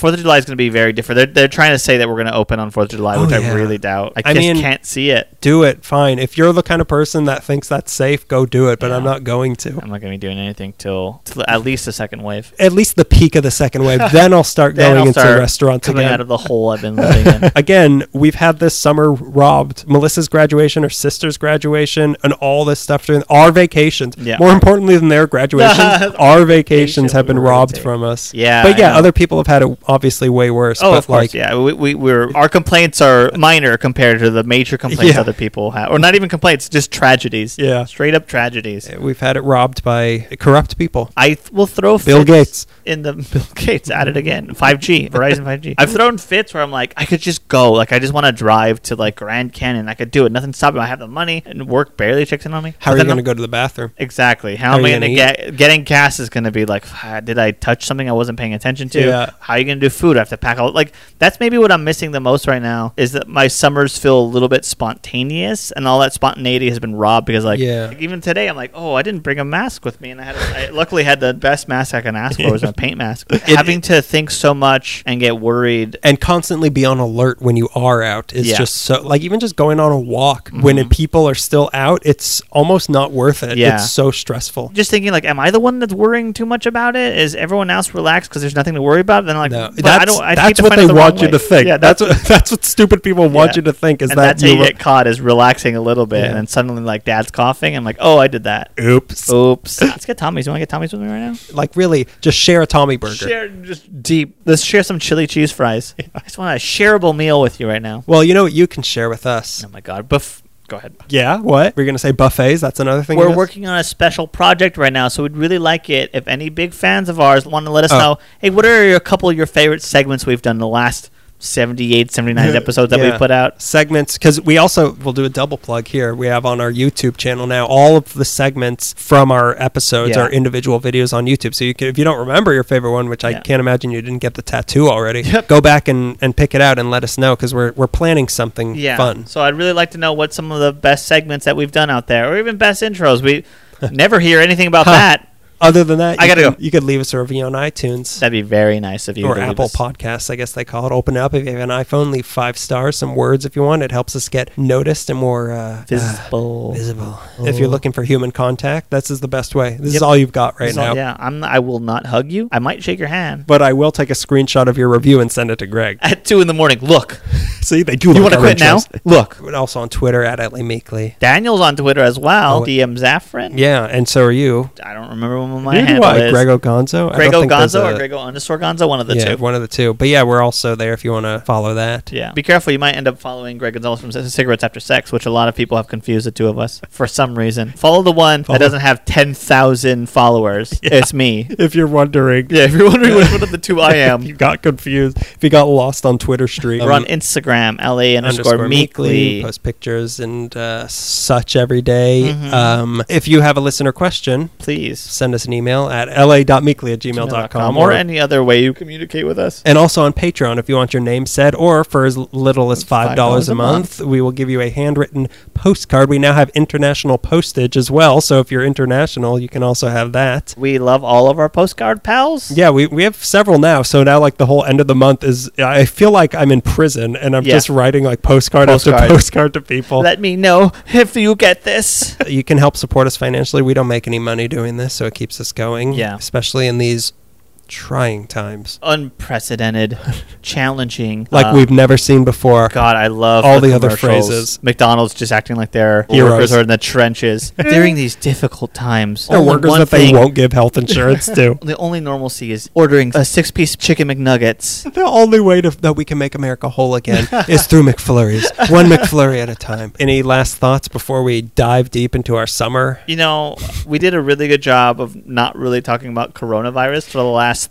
S2: Fourth of July is going to be very different. They're, they're trying to say that we're going to open on Fourth of July,
S1: Oh,
S2: which
S1: yeah.
S2: I really doubt. I,
S1: I
S2: just
S1: mean-
S2: can't see it.
S1: Do it, fine. If you're the kind of person that thinks that's safe, go do it, but I'm not going to.
S2: I'm not going to be doing anything till, till at least the second wave.
S1: At least the peak of the second wave, then I'll start
S2: Then
S1: going
S2: I'll
S1: into
S2: start
S1: restaurants
S2: coming
S1: again.
S2: out of the hole I've been living in.
S1: again, we've had this summer robbed. Melissa's graduation, her sister's graduation, and all this stuff during our vacations.
S2: Yeah.
S1: More importantly than their graduations, our vacations have been
S2: Vacations were
S1: robbed
S2: robbed.
S1: from us.
S2: Yeah,
S1: But
S2: I
S1: yeah,
S2: know.
S1: other people have had it obviously way worse.
S2: Oh,
S1: but
S2: of course,
S1: like,
S2: yeah. We, we we're our complaints are minor compared to the major complaints
S1: Yeah.
S2: other people have, or not even complaints, just tragedies.
S1: Yeah.
S2: straight up tragedies.
S1: We've had it robbed by corrupt people.
S2: I th- will throw
S1: Bill
S2: fits
S1: Gates.
S2: in the Bill Gates at it again. 5G, Verizon 5G. I've thrown fits where I'm like, I could just go. Like, I just want to drive to like Grand Canyon. I could do it. Nothing's stopping. me. I have the money, and work barely checks in on me.
S1: How
S2: But
S1: are you
S2: then
S1: going to go
S2: I'm-
S1: to the bathroom?
S2: Exactly. How,
S1: How
S2: am
S1: are
S2: I
S1: you
S2: going to
S1: gonna
S2: get getting gas is going to be like, "Ah, did I touch something I wasn't paying attention to?
S1: Yeah.
S2: How are you going to do food? I have to pack all like that's maybe what I'm missing the most right now is that my summers feel a little bit spontaneous and all that spontaneity has been robbed because like,
S1: Yeah.
S2: like, even today I'm like, oh, I didn't bring a mask with me and I had I luckily had the best mask I can ask for was my paint mask. Having to think so much and get worried
S1: and constantly be on alert when you are out is
S2: Yeah. Mm-hmm.
S1: just so like even just going on a walk when it- people are still out it's almost not worth it
S2: Yeah.
S1: it's so stressful
S2: just thinking like, am I the one that's worrying too much about it? Is everyone else relaxed because there's nothing to worry about? Then like,
S1: no,
S2: but
S1: that's,
S2: I don't. I
S1: that's
S2: think
S1: what
S2: define
S1: they
S2: it the wrong
S1: want you
S2: way.
S1: to think
S2: Yeah,
S1: that's what that's what stupid people want
S2: Yeah.
S1: you to think is
S2: and
S1: that
S2: that's how
S1: you
S2: you
S1: were-
S2: get caught is relaxing a little bit,
S1: Yeah.
S2: and then suddenly like dad's coughing. I'm like, oh, I did that.
S1: oops
S2: Oops. Let's get Tommy's. You want to get Tommy's with me right now?
S1: like really just share a tommy burger
S2: Share just deep. Let's share some chili cheese fries. I just want a shareable meal with you right now.
S1: well you know what you can share with us
S2: Oh my god. Bef- go ahead.
S1: yeah what we're gonna say buffets that's another thing you
S2: We're
S1: guys-
S2: working on a special project right now, so we'd really like it if any big fans of ours want to let us
S1: Oh.
S2: know. Hey, what are your- a couple of your favorite segments we've done the last 78, 79 episodes that
S1: Yeah.
S2: we put out?
S1: segments because we also will do a double plug here. We have on our YouTube channel now all of the segments from our episodes,
S2: Yeah.
S1: our individual videos on YouTube. So you can, if you don't remember your favorite one, which I
S2: Yeah.
S1: can't imagine you didn't get the tattoo already, go back and, and pick it out and let us know because we're we're planning something
S2: yeah.
S1: fun.
S2: So I'd really like to know what some of the best segments that we've done out there, or even best intros. We never hear anything about that.
S1: Other than that,
S2: I
S1: you
S2: gotta
S1: can-
S2: go.
S1: You could leave us a review on iTunes.
S2: That'd be very nice if you
S1: Or
S2: could leave
S1: Apple
S2: us-
S1: Podcasts, I guess they call it. Open it up if you have an iPhone. Leave five stars, some words if you want. It helps us get noticed and more uh, uh,
S2: visible.
S1: visible. If you're looking for human contact, this is the best way. This is
S2: Yep.
S1: all you've got right
S2: So,
S1: now.
S2: yeah, I'm. I will not hug you. I might shake your hand
S1: But I will take a screenshot of your review and send it to Greg.
S2: at two in the morning. Look,
S1: See, they do.
S2: you
S1: want to
S2: quit now? Look,
S1: Also on Twitter at Atlee Meekly.
S2: Daniel's on Twitter as
S1: Oh,
S2: well.
S1: wait.
S2: DM Zaffron.
S1: Yeah, and so are you.
S2: I don't remember when my
S1: Neither do
S2: handle
S1: I.
S2: is.
S1: Grego Gonzo. I
S2: Grego
S1: don't think there's
S2: Gonzo
S1: a-
S2: or Grego underscore Gonzo. One of the
S1: yeah,
S2: two.
S1: one of the two. But yeah, we're also there if you want to follow that.
S2: Yeah. Be careful. You might end up following Greg Gonzalez from C- Cigarettes After Sex, which a lot of people have confused the two of us for some reason. Follow the one
S1: Follow-
S2: that doesn't have 10,000 followers. It's me.
S1: If you're wondering,
S2: Yeah. If you're wondering which one of the two I
S1: if you
S2: am,
S1: got confused, if you got lost on Twitter Street, um,
S2: we're on Instagram, LA underscore, meekly.
S1: post pictures and uh, such every day.
S2: Mhm.
S1: Um, if you have a listener question,
S2: Please.
S1: send us an email at la.meekly at gmail.com
S2: gmail.com or any other way you communicate with us.
S1: and also on Patreon if you want your name said, or for as little as $5,
S2: $5
S1: a
S2: a
S1: month,
S2: month.
S1: we will give you a handwritten postcard. We now have international postage as well, so if you're international, you can also have that.
S2: We love all of our postcard pals.
S1: Yeah, we, we have several now. So now, like, the whole end of the month is. I feel like I'm in prison and I'm
S2: Yeah.
S1: just writing, like, postcard,
S2: Postcard.
S1: after postcard to people.
S2: Let me know if you get this.
S1: you can help support us financially. We don't make any money doing this, so it keeps us going.
S2: Yeah.
S1: Especially in these trying times.
S2: Unprecedented, challenging.
S1: Like
S2: uh,
S1: we've never seen before.
S2: God, I love
S1: All the other
S2: commercials.
S1: phrases.
S2: McDonald's just acting like their
S1: Heroes.
S2: workers are in the trenches during these difficult times.
S1: They're
S2: only
S1: workers
S2: one
S1: that they
S2: thing-
S1: won't give health insurance to.
S2: The only normalcy is ordering a six-piece chicken McNuggets.
S1: The only way to, that we can make America whole again is through McFlurries, one McFlurry at a time. Any last thoughts before we dive deep into our summer?
S2: You know, we did a really good job of not really talking about coronavirus for the last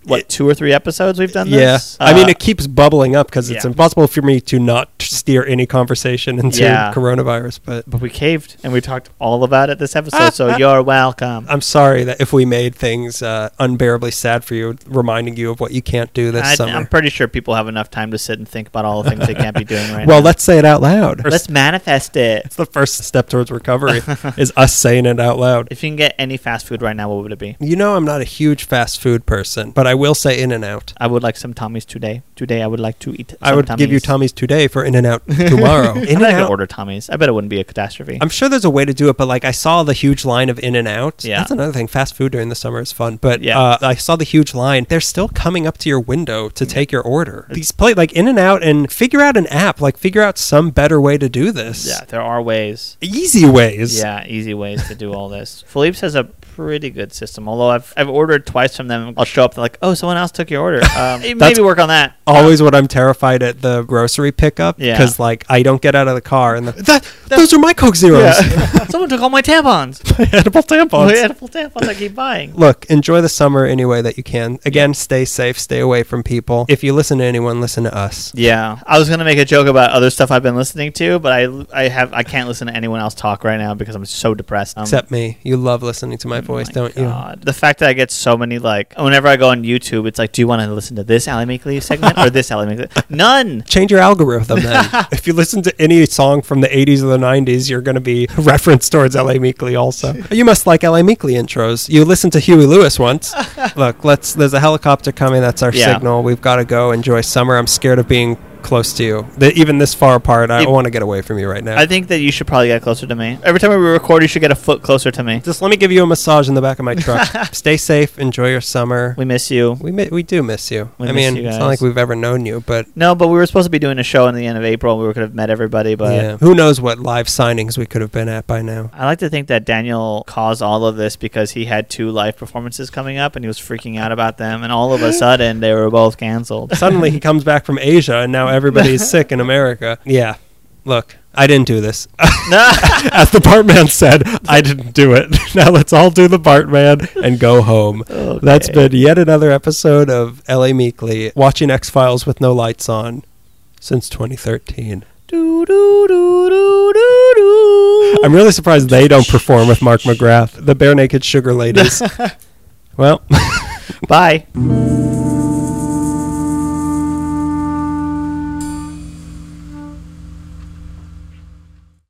S2: what two or three episodes we've done.
S1: Yeah,
S2: this?
S1: I mean
S2: Uh,
S1: it keeps bubbling up because it's
S2: yeah.
S1: impossible for me to not steer any conversation into
S2: Yeah.
S1: coronavirus. But
S2: Uh, but we caved and we talked all about it this episode. so you're welcome.
S1: I'm sorry that if we made things uh, unbearably sad for you, reminding you of what you can't do this
S2: I,
S1: summer.
S2: am pretty sure people have enough time to sit and think about all the things they can't be doing right
S1: well,
S2: now.
S1: let's say it out loud.
S2: let's manifest it.
S1: It's the first step towards recovery is us saying it out loud.
S2: If you can get any fast food right now, what would it be?
S1: You know, I'm not a huge fast food person, but I will say In and Out.
S2: I would like some Tommy's today. Today, I would like to eat. Some
S1: I would
S2: Tommy's.
S1: give you Tommy's today for In and Out tomorrow.
S2: I'm
S1: In
S2: not
S1: and
S2: gonna
S1: Out.
S2: order Tommy's. I bet it wouldn't be a catastrophe.
S1: I'm sure there's a way to do it, but like I saw the huge line of In and Out.
S2: Yeah.
S1: That's another thing. Fast food during the summer is fun, but
S2: Yeah.
S1: uh, I saw the huge line. They're still coming up to your window
S2: Mm.
S1: to take your order. These play like In and Out and figure out an app. Like figure out some better way to do this.
S2: yeah, there are ways.
S1: Easy ways.
S2: Yeah, easy ways to do all this. Philippe's has a pretty good system. Although I've I've ordered twice from them. I'll show up they're like, oh, someone else took your order. Um,
S1: That's-
S2: maybe work on that.
S1: Always what I'm terrified at the grocery pickup
S2: Yeah.
S1: because like I don't get out of the car and the, that, those are my Coke Zeros,
S2: someone took all my tampons.
S1: edible tampons.
S2: My edible tampons I keep buying.
S1: look, enjoy the summer any way that you can. Again, stay safe, stay away from people. If you listen to anyone, listen to us.
S2: Yeah, I was gonna make a joke about other stuff I've been listening to, but I I have I can't listen to anyone else talk right now because I'm so depressed. Um,
S1: Except me. You love listening to my voice, don't
S2: Oh God, the fact that I get so many like whenever I go on YouTube, it's like, do you want to listen to this Ally Makeley segment or this Ally Makeley? None.
S1: you? Change your algorithm then. if you listen to any song from the 80s or the 90s, you're going to be referenced towards LA Meekly also. you must like LA Meekly intros. You listened to Huey Lewis once. Look, let's there's a helicopter coming. That's our
S2: Yeah.
S1: signal. We've got to go enjoy summer. I'm scared of being close to you. Th- even this far apart, I
S2: If-
S1: want to get away from you right now.
S2: I think that you should probably get closer to me. Every time we record, you should get a foot closer to me.
S1: Just let me give you a massage in the back of my truck. Stay safe. Enjoy your summer.
S2: We miss you.
S1: We mi- we do miss you.
S2: We
S1: I
S2: miss
S1: mean,
S2: you
S1: it's
S2: guys.
S1: not like we've ever known you, but
S2: No, but we were supposed to be doing a show in the end of April. and We could have met everybody, but
S1: yeah. Who knows what live signings we could have been at by now?
S2: I like to think that Daniel caused all of this because he had two live performances coming up and he was freaking out about them. And all of a sudden, they were both canceled.
S1: Suddenly he comes back from Asia, and now everybody is sick in America. Yeah. Look, I didn't do this. As the Bartman said, I didn't do it. now let's all do the Bartman and go home. That's
S2: Okay.
S1: been yet another episode of LA Meekly watching X Files with no lights on since 2013.
S2: Do, do, do, do, do, do.
S1: I'm really surprised they don't perform with Mark McGrath, the Bare Naked Sugar Ladies. well.
S2: Bye.